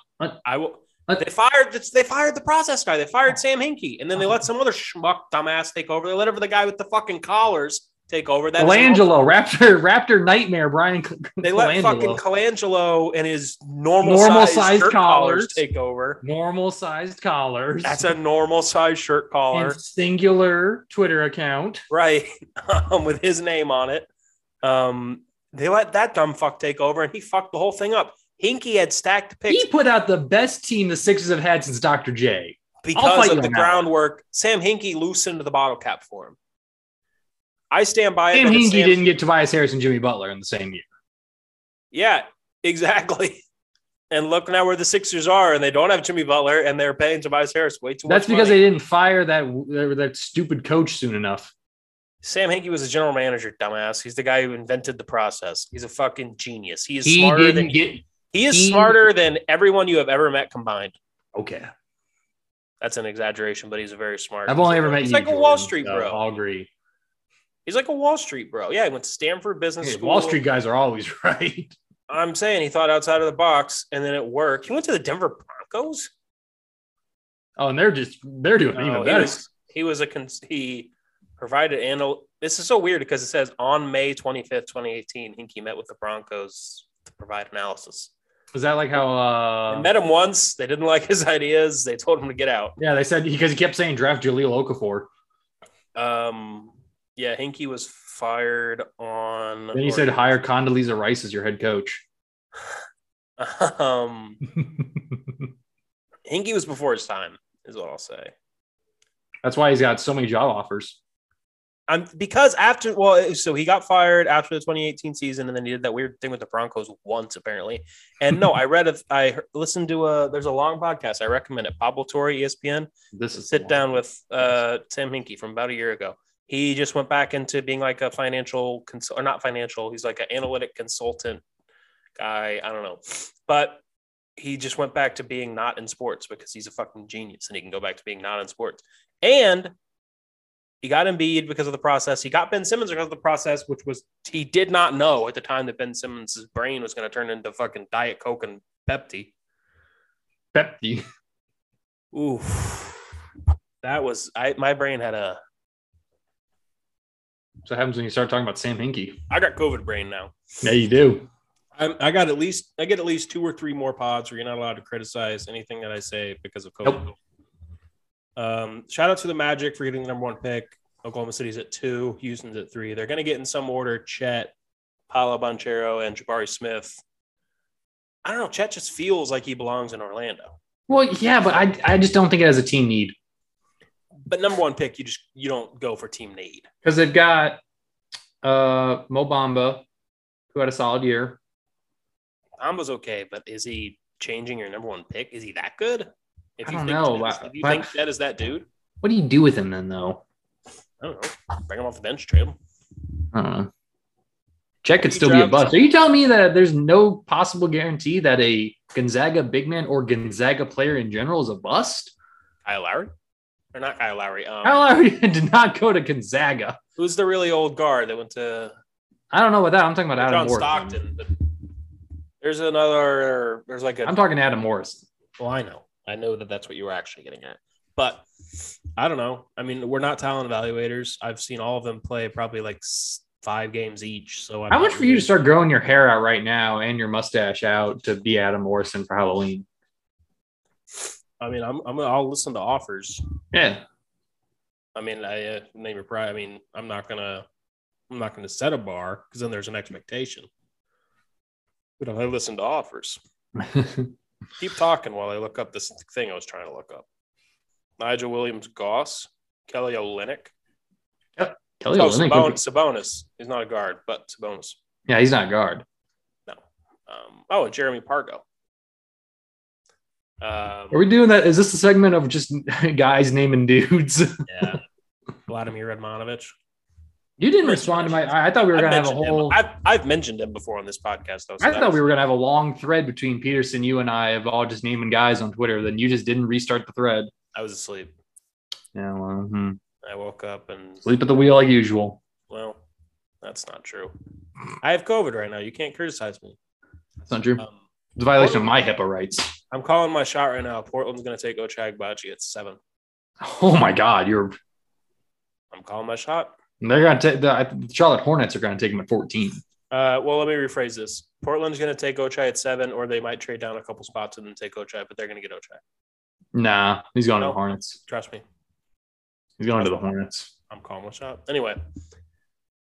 [SPEAKER 2] I will.
[SPEAKER 1] Uh,
[SPEAKER 2] They fired. They fired the process guy. They fired Sam Hinkie, and then they let
[SPEAKER 1] Uh-huh.
[SPEAKER 2] some other schmuck dumbass take over. They let over the guy with the fucking collars take over. That is-
[SPEAKER 1] Colangelo Raptor Raptor nightmare Brian. C-
[SPEAKER 2] They let
[SPEAKER 1] Colangelo.
[SPEAKER 2] fucking Colangelo and his normal,
[SPEAKER 1] Normal
[SPEAKER 2] size,
[SPEAKER 1] size
[SPEAKER 2] shirt collars
[SPEAKER 1] collars.
[SPEAKER 2] take over.
[SPEAKER 1] normal sized collars.
[SPEAKER 2] That's a normal size shirt collar,
[SPEAKER 1] and singular Twitter account.
[SPEAKER 2] right? Um, with his name on it. Um, they let that dumb fuck take over, and he fucked the whole thing up. Hinkie had stacked picks.
[SPEAKER 1] He put out the best team the Sixers have had since Dr. J. I'll
[SPEAKER 2] because
[SPEAKER 1] fight
[SPEAKER 2] of
[SPEAKER 1] you
[SPEAKER 2] the
[SPEAKER 1] on that
[SPEAKER 2] groundwork. Sam Hinkie loosened the bottle cap for him. I stand by it.
[SPEAKER 1] Sam
[SPEAKER 2] but it's
[SPEAKER 1] Hinkie
[SPEAKER 2] Sam-
[SPEAKER 1] didn't get Tobias Harris and Jimmy Butler in the same year.
[SPEAKER 2] Yeah, exactly. And look now where the Sixers are, and they don't have Jimmy Butler, and they're paying Tobias Harris way too
[SPEAKER 1] That's
[SPEAKER 2] much.
[SPEAKER 1] because
[SPEAKER 2] money.
[SPEAKER 1] they didn't fire that that stupid coach soon enough.
[SPEAKER 2] Sam Hinkie was a general manager, dumbass. He's the guy who invented the process. He's a fucking genius. He is
[SPEAKER 1] He
[SPEAKER 2] smarter
[SPEAKER 1] didn't
[SPEAKER 2] than
[SPEAKER 1] get
[SPEAKER 2] he is
[SPEAKER 1] he-
[SPEAKER 2] smarter than everyone you have ever met combined.
[SPEAKER 1] okay.
[SPEAKER 2] That's an exaggeration, but he's a very smart.
[SPEAKER 1] I've only
[SPEAKER 2] he's
[SPEAKER 1] ever
[SPEAKER 2] like,
[SPEAKER 1] met
[SPEAKER 2] He's
[SPEAKER 1] you,
[SPEAKER 2] like a
[SPEAKER 1] Jordan,
[SPEAKER 2] Wall Street
[SPEAKER 1] so
[SPEAKER 2] bro.
[SPEAKER 1] I'll agree.
[SPEAKER 2] He's like a Wall Street bro. Yeah, he went to Stanford Business
[SPEAKER 1] Hey,
[SPEAKER 2] School.
[SPEAKER 1] Wall Street guys are always right.
[SPEAKER 2] I'm saying he thought outside of the box, and then it worked. He went to the Denver Broncos.
[SPEAKER 1] Oh, and they're just they're doing
[SPEAKER 2] No,
[SPEAKER 1] even
[SPEAKER 2] he
[SPEAKER 1] better.
[SPEAKER 2] was he was a cons- he provided anal. This is so weird because it says on May 25th, 2018, Hinkie met with the Broncos to provide analysis.
[SPEAKER 1] Is that like how
[SPEAKER 2] they
[SPEAKER 1] uh
[SPEAKER 2] met him once. They didn't like his ideas. They told him to get out.
[SPEAKER 1] yeah, they said because he kept saying draft Jaleel Okafor.
[SPEAKER 2] Um, yeah, Hinkie was fired on.
[SPEAKER 1] Then he said hire Condoleezza Rice as your head coach.
[SPEAKER 2] Um, Hinkie was before his time, is what I'll say.
[SPEAKER 1] That's why he's got so many job offers.
[SPEAKER 2] I'm because after well, it- so he got fired after the 2018 season, and then he did that weird thing with the Broncos once apparently. And no, I read, a, I he- listened to a. There's a long podcast. I recommend it. Pablo Torre, E ESPN.
[SPEAKER 1] This is
[SPEAKER 2] Sit down with uh, Sam Hinkie from about a year ago. He just went back into being like a financial consult or not financial. He's like an analytic consultant guy. I don't know, but he just went back to being not in sports because he's a fucking genius and he can go back to being not in sports. And he got Embiid because of the process. He got Ben Simmons because of the process, which was he did not know at the time that Ben Simmons' brain was going to turn into fucking Diet Coke and Pepsi.
[SPEAKER 1] Pepsi.
[SPEAKER 2] Ooh, that was I. My brain had a.
[SPEAKER 1] So what happens when you start talking about Sam Hinkie.
[SPEAKER 2] I got COVID brain now.
[SPEAKER 1] Yeah, you do.
[SPEAKER 2] I'm, I got at least I get at least two or three more pods where you're not allowed to criticize anything that I say because of COVID. Um, shout out to the Magic for getting the number one pick. Oklahoma City's at two, Houston's at three. They're going to get in some order: Chet, Paolo Banchero, and Jabari Smith. I don't know. Chet just feels like he belongs in Orlando.
[SPEAKER 1] Well, yeah, but I I just don't think it has a team need.
[SPEAKER 2] But number one pick, you just you don't go for team need.
[SPEAKER 1] because they've got uh Mo Bamba, who had a solid year.
[SPEAKER 2] Amba's okay, but is he changing your number one pick? Is he that good? If
[SPEAKER 1] I don't
[SPEAKER 2] think
[SPEAKER 1] know,
[SPEAKER 2] Chet is-
[SPEAKER 1] but-
[SPEAKER 2] if you
[SPEAKER 1] but-
[SPEAKER 2] think that is that dude,
[SPEAKER 1] What do you do with him then, though?
[SPEAKER 2] I don't know. Bring him off the bench, trade him.
[SPEAKER 1] I don't know. Check could
[SPEAKER 2] You
[SPEAKER 1] still be a
[SPEAKER 2] draft-
[SPEAKER 1] bust. Are you telling me that there's no possible guarantee that a Gonzaga big man or Gonzaga player in general is a bust?
[SPEAKER 2] Kyle Lowry, or not Kyle Lowry? Um,
[SPEAKER 1] Kyle Lowry did not go to Gonzaga.
[SPEAKER 2] Who's the really old guard that went to
[SPEAKER 1] I don't know about that. I'm talking about Adam
[SPEAKER 2] John
[SPEAKER 1] Morrison.
[SPEAKER 2] Stockton? But there's another. There's like a.
[SPEAKER 1] I'm talking Adam Morrison.
[SPEAKER 2] well, I know. I know that that's what you were actually getting at. But I don't know. I mean, we're not talent evaluators. I've seen all of them play probably like s- five games each. So I'm
[SPEAKER 1] How much
[SPEAKER 2] not
[SPEAKER 1] for you to
[SPEAKER 2] really-
[SPEAKER 1] start growing your hair out right now and your mustache out to be Adam Morrison for Halloween?
[SPEAKER 2] I mean, I'm, I'm I'll listen to offers.
[SPEAKER 1] Yeah.
[SPEAKER 2] I mean, I uh, name your price. I mean, I'm not gonna, I'm not gonna set a bar because then there's an expectation. But I listen to offers. Keep talking while I look up this thing I was trying to look up. Nigel Williams, Goss, Kelly Olynyk.
[SPEAKER 1] Kelly
[SPEAKER 2] Oh,
[SPEAKER 1] Olynyk
[SPEAKER 2] Sabon-
[SPEAKER 1] would-
[SPEAKER 2] Sabonis. He's not a guard, but Sabonis.
[SPEAKER 1] Yeah, he's not a guard.
[SPEAKER 2] Um, oh, and Jeremy Pargo. Um,
[SPEAKER 1] Are we doing that? Is this a segment of just guys naming dudes?
[SPEAKER 2] yeah. Vladimir Radmanovich.
[SPEAKER 1] You didn't respond to my. I I thought we were
[SPEAKER 2] I've
[SPEAKER 1] going to have a
[SPEAKER 2] mentioned him.
[SPEAKER 1] whole.
[SPEAKER 2] I've, I've mentioned him before on this podcast. Though, so
[SPEAKER 1] I
[SPEAKER 2] that
[SPEAKER 1] thought we
[SPEAKER 2] was-
[SPEAKER 1] were going to have a long thread between Peterson, you, and I of all just naming guys on Twitter. Then you just didn't restart the thread.
[SPEAKER 2] I was asleep.
[SPEAKER 1] Yeah, well, hmm.
[SPEAKER 2] I woke up and
[SPEAKER 1] sleep at the wheel like usual.
[SPEAKER 2] well, that's not true. I have COVID right now. You can't criticize me.
[SPEAKER 1] That's not true.
[SPEAKER 2] Um,
[SPEAKER 1] It's a violation of my HIPAA rights.
[SPEAKER 2] I'm calling my shot right now. Portland's going to take Ochagbaji at seven.
[SPEAKER 1] Oh my God, you're.
[SPEAKER 2] I'm calling my shot.
[SPEAKER 1] They're going to take the I- the Charlotte Hornets are going to take him at 14.
[SPEAKER 2] Uh, well, let me rephrase this. Portland's going to take Ochai at seven, or they might trade down a couple spots and then take Ochai, but they're going to get Ochai.
[SPEAKER 1] Nah, he's going to the
[SPEAKER 2] No.
[SPEAKER 1] Hornets.
[SPEAKER 2] Trust me.
[SPEAKER 1] He's going to the Hornets.
[SPEAKER 2] I'm calling my shot. Anyway,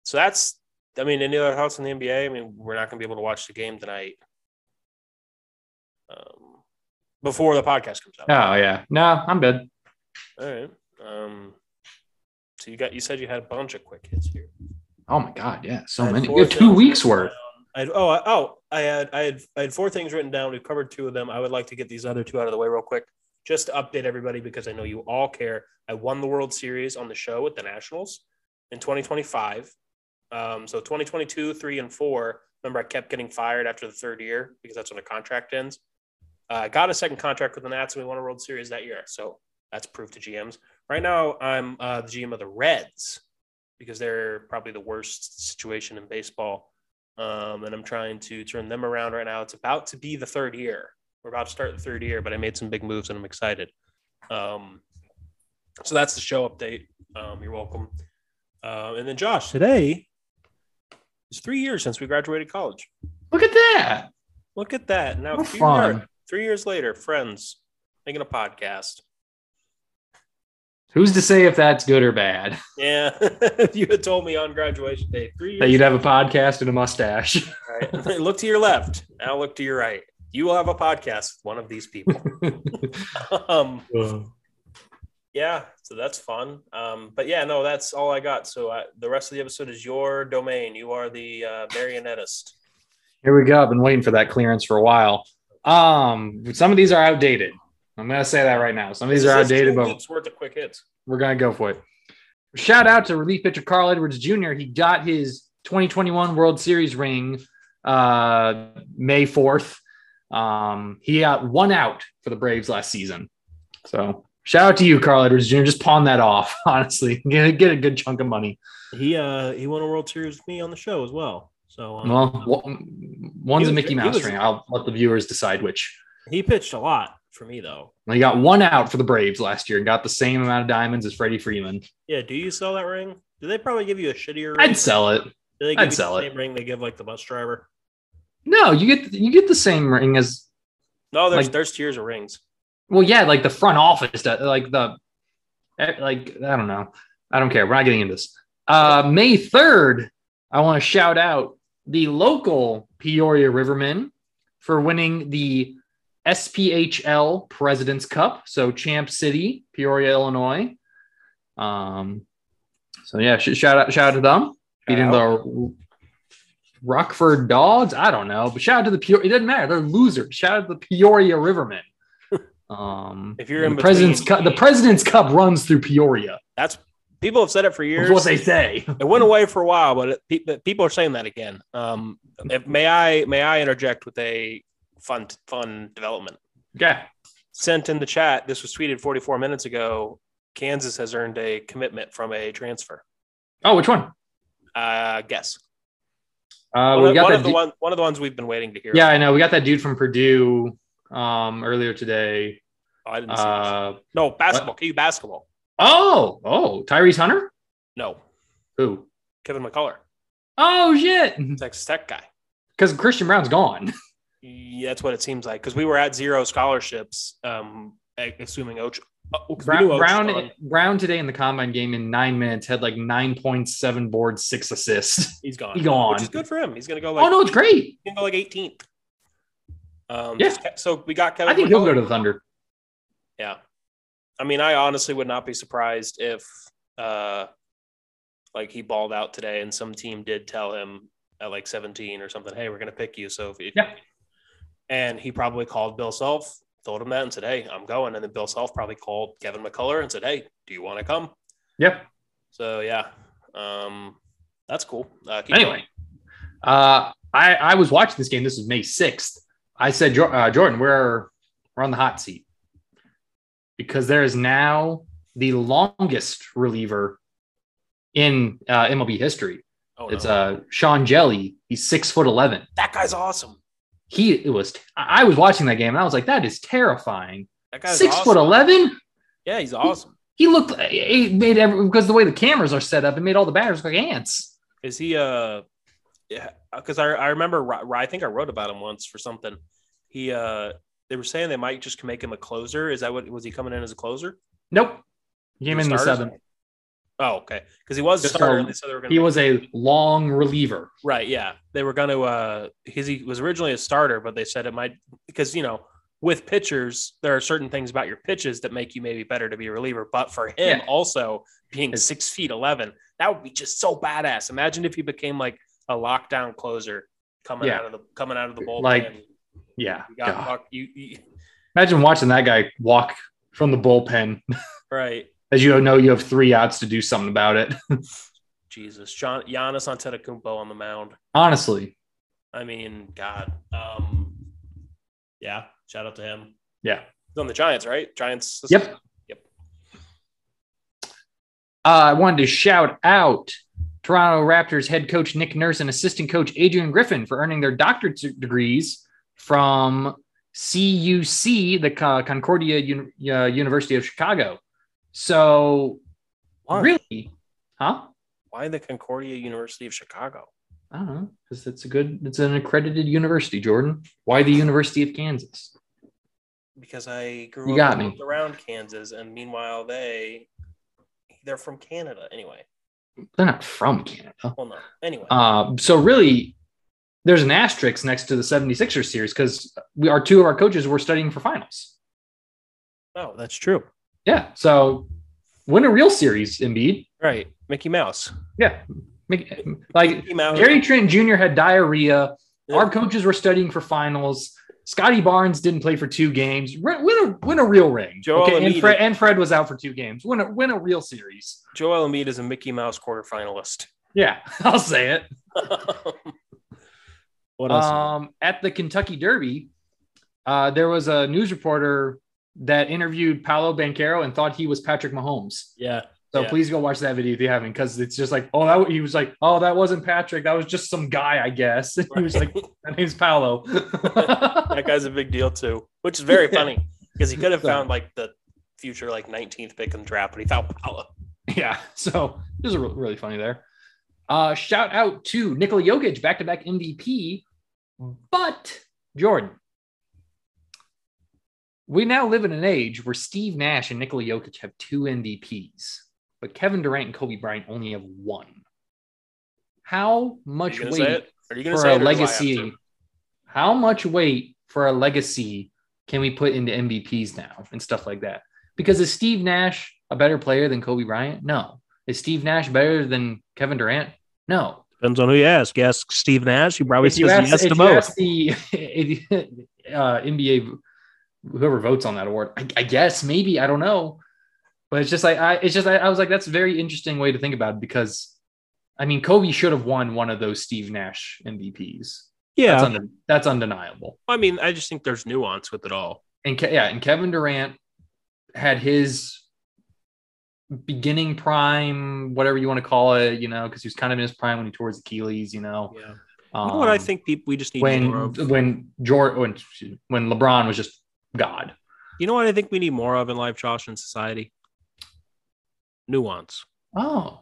[SPEAKER 2] so that's, I mean, any other thoughts on the NBA? I mean, we're not going to be able to watch the game tonight um, before the podcast comes out.
[SPEAKER 1] Oh yeah, nah, I'm good.
[SPEAKER 2] All right. Um, so you got, you said you had a bunch of quick hits here.
[SPEAKER 1] Oh my God, yeah,
[SPEAKER 2] I
[SPEAKER 1] so
[SPEAKER 2] had
[SPEAKER 1] many.
[SPEAKER 2] four
[SPEAKER 1] We have two
[SPEAKER 2] things
[SPEAKER 1] weeks
[SPEAKER 2] written
[SPEAKER 1] worth.
[SPEAKER 2] down. I had, oh, I, oh, I had, I had, I had four things written down. We've covered two of them. I would like to get these other two out of the way real quick, just to update everybody because I know you all care. I won the World Series on the show with the Nationals in 2025. Um, so 2022, three and four. Remember, I kept getting fired after the third year because that's when the contract ends. Uh, I got a second contract with the Nats and we won a World Series that year. So that's proof to GMs. Right now, I'm uh, the GM of the Reds because they're probably the worst situation in baseball. Um, and I'm trying to turn them around right now. It's about to be the third year. We're about to start the third year, but I made some big moves and I'm excited. Um, so that's the show update. Um, you're welcome. Um, and then, Josh, today is three years since we graduated college.
[SPEAKER 1] Look at that.
[SPEAKER 2] Look at that. Now,
[SPEAKER 1] How
[SPEAKER 2] here we are,
[SPEAKER 1] fun.
[SPEAKER 2] three years later, friends making a podcast.
[SPEAKER 1] Who's to say if that's good or bad?
[SPEAKER 2] Yeah. if you had told me on graduation day, three years
[SPEAKER 1] That you'd have a podcast and a mustache.
[SPEAKER 2] All right. look to your left. Now look to your right. You will have a podcast with one of these people. um, yeah, so that's fun. Um, but yeah, no, that's all I got. So I, the rest of the episode is your domain. You are the uh, marionettist.
[SPEAKER 1] Here we go. I've been waiting for that clearance for a while. Um, some of these are outdated. I'm gonna say that right now. Some of these are outdated, but
[SPEAKER 2] It's worth the quick hits.
[SPEAKER 1] we're gonna go for it. Shout out to relief pitcher Carl Edwards Jr. He got his 2021 World Series ring uh, May 4th. Um, he got one out for the Braves last season. So shout out to you, Carl Edwards Jr. Just pawn that off, honestly. Get, get a good chunk of money.
[SPEAKER 2] He uh, he won a World Series with me on the show as well. So um,
[SPEAKER 1] Well, one- one's a
[SPEAKER 2] He was-
[SPEAKER 1] Mickey
[SPEAKER 2] he
[SPEAKER 1] Mouse
[SPEAKER 2] was-
[SPEAKER 1] ring. I'll let the viewers decide which.
[SPEAKER 2] he pitched a lot for me though.
[SPEAKER 1] And he got one out for the Braves last year and got the same amount of diamonds as Freddie Freeman.
[SPEAKER 2] Yeah, do you sell that ring? Do they probably give you a shittier? Ring?
[SPEAKER 1] I'd sell it.
[SPEAKER 2] Do they give
[SPEAKER 1] I'd
[SPEAKER 2] you
[SPEAKER 1] sell
[SPEAKER 2] the
[SPEAKER 1] it.
[SPEAKER 2] same ring they give like the bus driver?
[SPEAKER 1] No, you get you get the same ring as
[SPEAKER 2] No, there's
[SPEAKER 1] Like-
[SPEAKER 2] there's tiers of rings.
[SPEAKER 1] well, yeah, like the front office, does- like the eh, like I don't know, I don't care. We're not getting into this. Uh, May third, I want to shout out the local Peoria Rivermen for winning the SPHL President's Cup. So Champ City, Peoria, Illinois. Um, so yeah, sh- shout out, shout out to them beating the Rockford Dogs. I don't know, but shout out to the Peoria. It doesn't matter; they're losers. Shout out to the Peoria Rivermen. Um,
[SPEAKER 2] If you're
[SPEAKER 1] the
[SPEAKER 2] in between-
[SPEAKER 1] President's Cup, the President's Cup runs through Peoria.
[SPEAKER 2] That's people have said it for
[SPEAKER 1] Is
[SPEAKER 2] years.
[SPEAKER 1] what they say.
[SPEAKER 2] it went away for a while, but it, pe- but people are saying that again. Um, if, may I may I interject with a fun fun development
[SPEAKER 1] Yeah,
[SPEAKER 2] sent in the chat? This was tweeted 44 minutes ago. Kansas has earned a commitment from a transfer.
[SPEAKER 1] Oh, which one?
[SPEAKER 2] Uh, guess
[SPEAKER 1] Uh,
[SPEAKER 2] one,
[SPEAKER 1] we
[SPEAKER 2] of-
[SPEAKER 1] got
[SPEAKER 2] one
[SPEAKER 1] that.
[SPEAKER 2] of the
[SPEAKER 1] du-
[SPEAKER 2] one, one of the ones we've been waiting to hear.
[SPEAKER 1] yeah, I know. We got that dude from Purdue um, earlier today.
[SPEAKER 2] Oh, I didn't see this.
[SPEAKER 1] Uh,
[SPEAKER 2] No, basketball. KU basketball.
[SPEAKER 1] oh, oh, Tyrese Hunter?
[SPEAKER 2] No,
[SPEAKER 1] Who?
[SPEAKER 2] Kevin McCullough,
[SPEAKER 1] Oh, shit.
[SPEAKER 2] Texas Tech guy.
[SPEAKER 1] Because Christian Brown's gone.
[SPEAKER 2] Yeah, that's what it seems like because we were at zero scholarships, um, a- assuming Ocho. Oh, 'cause we
[SPEAKER 1] Brown,
[SPEAKER 2] knew Ocho
[SPEAKER 1] Brown,
[SPEAKER 2] won.
[SPEAKER 1] Brown today in the combine game in nine minutes had like 9.7 boards, six assists.
[SPEAKER 2] he's gone.
[SPEAKER 1] He gone.
[SPEAKER 2] which is good for him. He's gonna go like
[SPEAKER 1] oh, no, it's great.
[SPEAKER 2] he's gonna go like 18th. Um,
[SPEAKER 1] Yeah.
[SPEAKER 2] just- So we got Kevin.
[SPEAKER 1] I think he'll
[SPEAKER 2] McCullough.
[SPEAKER 1] go to the Thunder.
[SPEAKER 2] Yeah. I mean, I honestly would not be surprised if uh like he balled out today and some team did tell him at like 17 or something, hey, we're gonna pick you. So if you
[SPEAKER 1] Yeah.
[SPEAKER 2] and he probably called Bill Self, told him that and said, Hey, I'm going. And then Bill Self probably called Kevin McCullough and said, Hey, do you want to come?
[SPEAKER 1] Yep.
[SPEAKER 2] So yeah. Um that's cool. Uh, keep
[SPEAKER 1] Anyway, uh, I, I was watching this game. This was May 6th. I said, "Jo- uh, Jordan, we're, we're on the hot seat because there is now the longest reliever in uh, MLB history.
[SPEAKER 2] going. Oh,
[SPEAKER 1] It's
[SPEAKER 2] no.
[SPEAKER 1] uh, Sean Jelly. He's six foot 11.
[SPEAKER 2] that guy's awesome.
[SPEAKER 1] He it was, I I was watching that game and I was like, that is terrifying.
[SPEAKER 2] That guy's
[SPEAKER 1] Six
[SPEAKER 2] awesome.
[SPEAKER 1] foot 11?
[SPEAKER 2] Yeah, he's awesome.
[SPEAKER 1] He looked, it made every, because the way the cameras are set up, it made all the batters look like ants.
[SPEAKER 2] Is he uh yeah, cuz I I remember Ry- Ry- I think I wrote about him once for something. He uh they were saying they might just make him a closer. Is that what was he coming in as a closer?
[SPEAKER 1] Nope. He came
[SPEAKER 2] He
[SPEAKER 1] in the
[SPEAKER 2] started?
[SPEAKER 1] seventh.
[SPEAKER 2] Oh, okay. Cuz he was a
[SPEAKER 1] Just
[SPEAKER 2] starter
[SPEAKER 1] a-
[SPEAKER 2] and they said they were going
[SPEAKER 1] He was a long reliever.
[SPEAKER 2] right, yeah. They were going to uh cuz he was originally a starter, but they said it might because you know, with pitchers, there are certain things about your pitches that make you maybe better to be a reliever. But for him,
[SPEAKER 1] Yeah.
[SPEAKER 2] also being
[SPEAKER 1] It's-
[SPEAKER 2] six feet eleven, that would be just so badass. Imagine if he became like a lockdown closer coming
[SPEAKER 1] Yeah.
[SPEAKER 2] out of the coming out of the bullpen.
[SPEAKER 1] Like, Yeah.
[SPEAKER 2] You got
[SPEAKER 1] God.
[SPEAKER 2] fuck, you, you-
[SPEAKER 1] Imagine watching that guy walk from the bullpen.
[SPEAKER 2] right.
[SPEAKER 1] As you know, you have three outs to do something about it.
[SPEAKER 2] Jesus, John Giannis Antetokounmpo on the mound.
[SPEAKER 1] Honestly.
[SPEAKER 2] I mean, God. Um, yeah. Shout out to him.
[SPEAKER 1] Yeah.
[SPEAKER 2] He's on the Giants, right? Giants.
[SPEAKER 1] Yep. Uh, I wanted to shout out Toronto Raptors head coach Nick Nurse and assistant coach Adrian Griffin for earning their doctorate degrees from CUC, the Con- Concordia Un- uh, University of Chicago. So,
[SPEAKER 2] Why?
[SPEAKER 1] really, huh?
[SPEAKER 2] Why the Concordia University of Chicago?
[SPEAKER 1] I don't know because it's a good, it's an accredited university, Jordan. Why the University of Kansas?
[SPEAKER 2] Because I grew
[SPEAKER 1] You got
[SPEAKER 2] up
[SPEAKER 1] me.
[SPEAKER 2] around Kansas, and meanwhile they they're from Canada. Anyway,
[SPEAKER 1] They're not from Canada.
[SPEAKER 2] well, no. Anyway,
[SPEAKER 1] Uh, so really, there's an asterisk next to the 76ers series because we our two of our coaches were studying for finals.
[SPEAKER 2] oh, that's true.
[SPEAKER 1] Yeah. So win a real series, Embiid.
[SPEAKER 2] Right, Mickey Mouse.
[SPEAKER 1] Yeah. Make, like
[SPEAKER 2] Mickey Mouse.
[SPEAKER 1] Gary Trent Jr. had diarrhea.
[SPEAKER 2] Yeah.
[SPEAKER 1] Our coaches were studying for finals. Scotty Barnes didn't play for two games. Re- Win a win a real ring.
[SPEAKER 2] Joel
[SPEAKER 1] and
[SPEAKER 2] Embiid-
[SPEAKER 1] Fred, and Fred was out for two games. Win a win a real series.
[SPEAKER 2] Joel Embiid is a Mickey Mouse quarterfinalist.
[SPEAKER 1] Yeah, I'll say it.
[SPEAKER 2] what
[SPEAKER 1] Um, at the Kentucky Derby, uh, there was a news reporter that interviewed Paolo Banquero and thought he was Patrick Mahomes.
[SPEAKER 2] yeah.
[SPEAKER 1] So
[SPEAKER 2] Yeah.
[SPEAKER 1] please go watch that video if you haven't, because it's just like, oh, that he was like, oh, that wasn't Patrick, that was just some guy, I guess. And he was like, my name's Paolo.
[SPEAKER 2] that guy's a big deal too, which is very funny because he could have
[SPEAKER 1] So-
[SPEAKER 2] found like the future like 19th pick in the draft, but he found Paolo.
[SPEAKER 1] yeah. So this is re- really funny there. Uh, shout out to Nikola Jokic, back-to-back MVP, but Jordan. We now live in an age where Steve Nash and Nikola Jokic have two MVPs, but Kevin Durant and Kobe Bryant only have one. How
[SPEAKER 2] Are you
[SPEAKER 1] much
[SPEAKER 2] gonna
[SPEAKER 1] weight
[SPEAKER 2] say it? Are you gonna
[SPEAKER 1] for
[SPEAKER 2] say
[SPEAKER 1] a
[SPEAKER 2] it or do I have
[SPEAKER 1] legacy.
[SPEAKER 2] to?
[SPEAKER 1] How much weight for a legacy can we put into MVPs now and stuff like that? Because is Steve Nash a better player than Kobe Bryant? No. Is Steve Nash better than Kevin Durant? No.
[SPEAKER 2] Depends on who you ask. You ask Steve Nash, Oh, he probably
[SPEAKER 1] If you ask, if you ask the if you- uh, NBA, v- whoever votes on that award, I, I guess maybe I don't know, but it's just like I, it's just I, I was like that's a very interesting way to think about it because, I mean, Kobe should have won one of those Steve Nash MVPs.
[SPEAKER 2] Yeah.
[SPEAKER 1] That's, unde- that's undeniable.
[SPEAKER 2] I mean, I just think there's nuance with it all.
[SPEAKER 1] And Ke- yeah, and Kevin Durant had his beginning prime, whatever you want to call it, you know, because he was kind of in his prime when he tore his Achilles, you know.
[SPEAKER 2] Yeah.
[SPEAKER 1] Um,
[SPEAKER 2] you know what I think people we just need more
[SPEAKER 1] when
[SPEAKER 2] of?
[SPEAKER 1] when Jordan when, when LeBron was just God.
[SPEAKER 2] You know what I think we need more of in life, Josh, in society? Nuance.
[SPEAKER 1] Oh,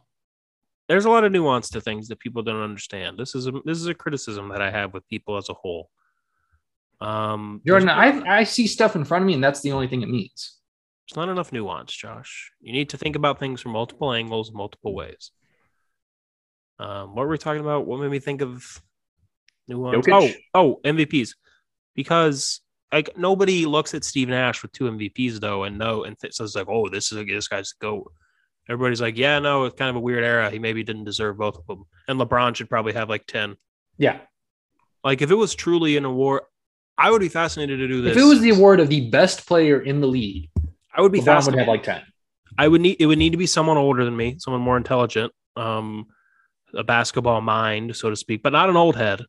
[SPEAKER 2] There's a lot of nuance to things that people don't understand. This is a this is a criticism that I have with people as a whole. Um,
[SPEAKER 1] Jordan,
[SPEAKER 2] there's-
[SPEAKER 1] I, I see stuff in front of me, and that's the only thing it means.
[SPEAKER 2] It's not enough nuance, Josh. You need to think about things from multiple angles, multiple
[SPEAKER 1] Hmm.
[SPEAKER 2] ways. Um, what were we talking about? What made me think of nuance?
[SPEAKER 1] Jokic.
[SPEAKER 2] Oh, oh, MVPs. Because like nobody looks at Steve Nash with two MVPs though, and no, and th- says like, oh, this is this guy's the goat. Everybody's like, yeah, no, it's kind of a weird era. He maybe didn't deserve both of them, and LeBron should probably have like ten.
[SPEAKER 1] Yeah.
[SPEAKER 2] Like if it was truly an award, I would be fascinated to do this.
[SPEAKER 1] If it was the award of the best player in the league,
[SPEAKER 2] I would be
[SPEAKER 1] LeBron would
[SPEAKER 2] fascinated.
[SPEAKER 1] have like 10.
[SPEAKER 2] I would need it would need to be someone older than me, someone more intelligent, um, a basketball mind, so to speak, but not an old head.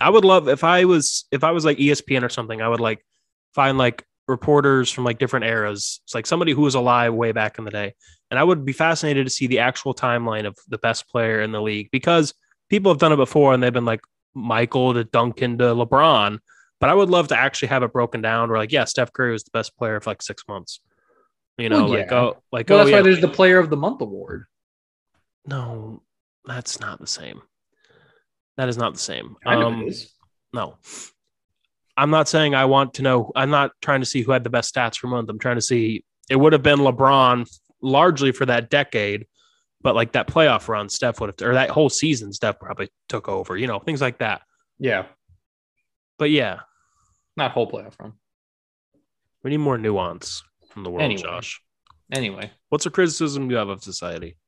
[SPEAKER 2] I would love if I was if I was like E ESPN or something, I would like find like reporters from like different eras. It's like somebody who was alive way back in the day. And I would be fascinated to see the actual timeline of the best player in the league because people have done it before and they've been like Michael to Duncan to LeBron. But I would love to actually have it broken down where like, yeah, Steph Curry was the best player for like six months. You know,
[SPEAKER 1] Well,
[SPEAKER 2] like
[SPEAKER 1] yeah.
[SPEAKER 2] oh like
[SPEAKER 1] Well,
[SPEAKER 2] oh
[SPEAKER 1] that's
[SPEAKER 2] yeah.
[SPEAKER 1] why there's the Player of the Month award.
[SPEAKER 2] No, that's not the same. That is not the same.
[SPEAKER 1] I know
[SPEAKER 2] Um,
[SPEAKER 1] it is.
[SPEAKER 2] no. I'm not saying I want to know. I'm not trying to see who had the best stats per month. I'm trying to see it would have been LeBron largely for that decade, but like that playoff run, Steph would have, or that whole season, Steph probably took over, you know, things like that.
[SPEAKER 1] Yeah,
[SPEAKER 2] But yeah,
[SPEAKER 1] not whole playoff run.
[SPEAKER 2] we need more nuance in the world,
[SPEAKER 1] Anyway.
[SPEAKER 2] Josh.
[SPEAKER 1] Anyway,
[SPEAKER 2] What's a criticism you have of society?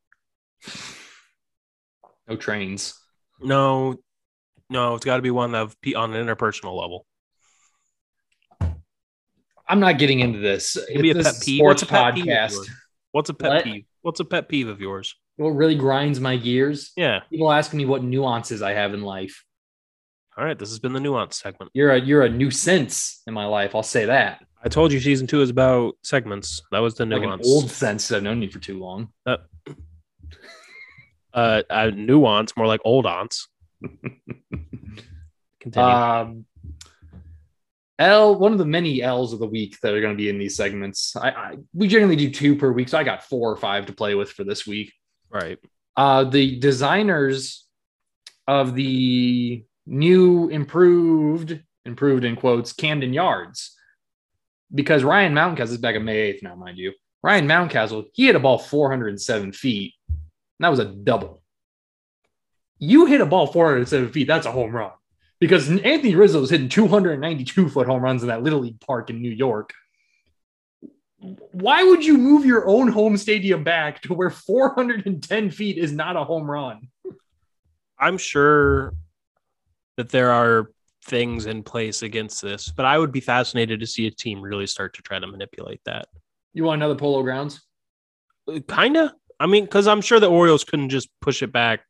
[SPEAKER 1] no trains.
[SPEAKER 2] No, no, it's got to be one of pe- on an interpersonal level.
[SPEAKER 1] I'm not getting into this.
[SPEAKER 2] Give me a
[SPEAKER 1] This
[SPEAKER 2] pet
[SPEAKER 1] is
[SPEAKER 2] peeve.
[SPEAKER 1] sports
[SPEAKER 2] What's a pet peeve of
[SPEAKER 1] podcast.
[SPEAKER 2] yours? What's a pet
[SPEAKER 1] What?
[SPEAKER 2] peeve? What's a pet peeve of yours?
[SPEAKER 1] What really grinds my gears?
[SPEAKER 2] Yeah.
[SPEAKER 1] People asking me what nuances I have in life.
[SPEAKER 2] All right. This has been the nuance segment.
[SPEAKER 1] You're a you're a nuisance in my life. I'll say that.
[SPEAKER 2] I told you season two is about segments. That was the
[SPEAKER 1] Like an
[SPEAKER 2] nuance.
[SPEAKER 1] old sense that I've known you for too long.
[SPEAKER 2] uh, uh, nuance, more like old aunts. Continue.
[SPEAKER 1] Um, L one of the many L's of the week that are going to be in these segments. I, I we generally do two per week, so I got four or five to play with for this week.
[SPEAKER 2] right.
[SPEAKER 1] Uh, the designers of the new improved improved in quotes Camden Yards because Ryan Mountcastle is back on May eighth now, mind you. Ryan Mountcastle he hit a ball 407 feet. And that was a double. You hit a ball 407 feet. That's a home run because Anthony Rizzo was hitting 292 foot home runs in that little league park in New York. Why would you move your own home stadium back to where 410 feet is not a home run?
[SPEAKER 2] I'm sure that there are things in place against this, but I would be fascinated to see a team really start to try to manipulate that.
[SPEAKER 1] You want another Polo Grounds?
[SPEAKER 2] Uh, Kinda. I mean, because I'm sure the Orioles couldn't just push it back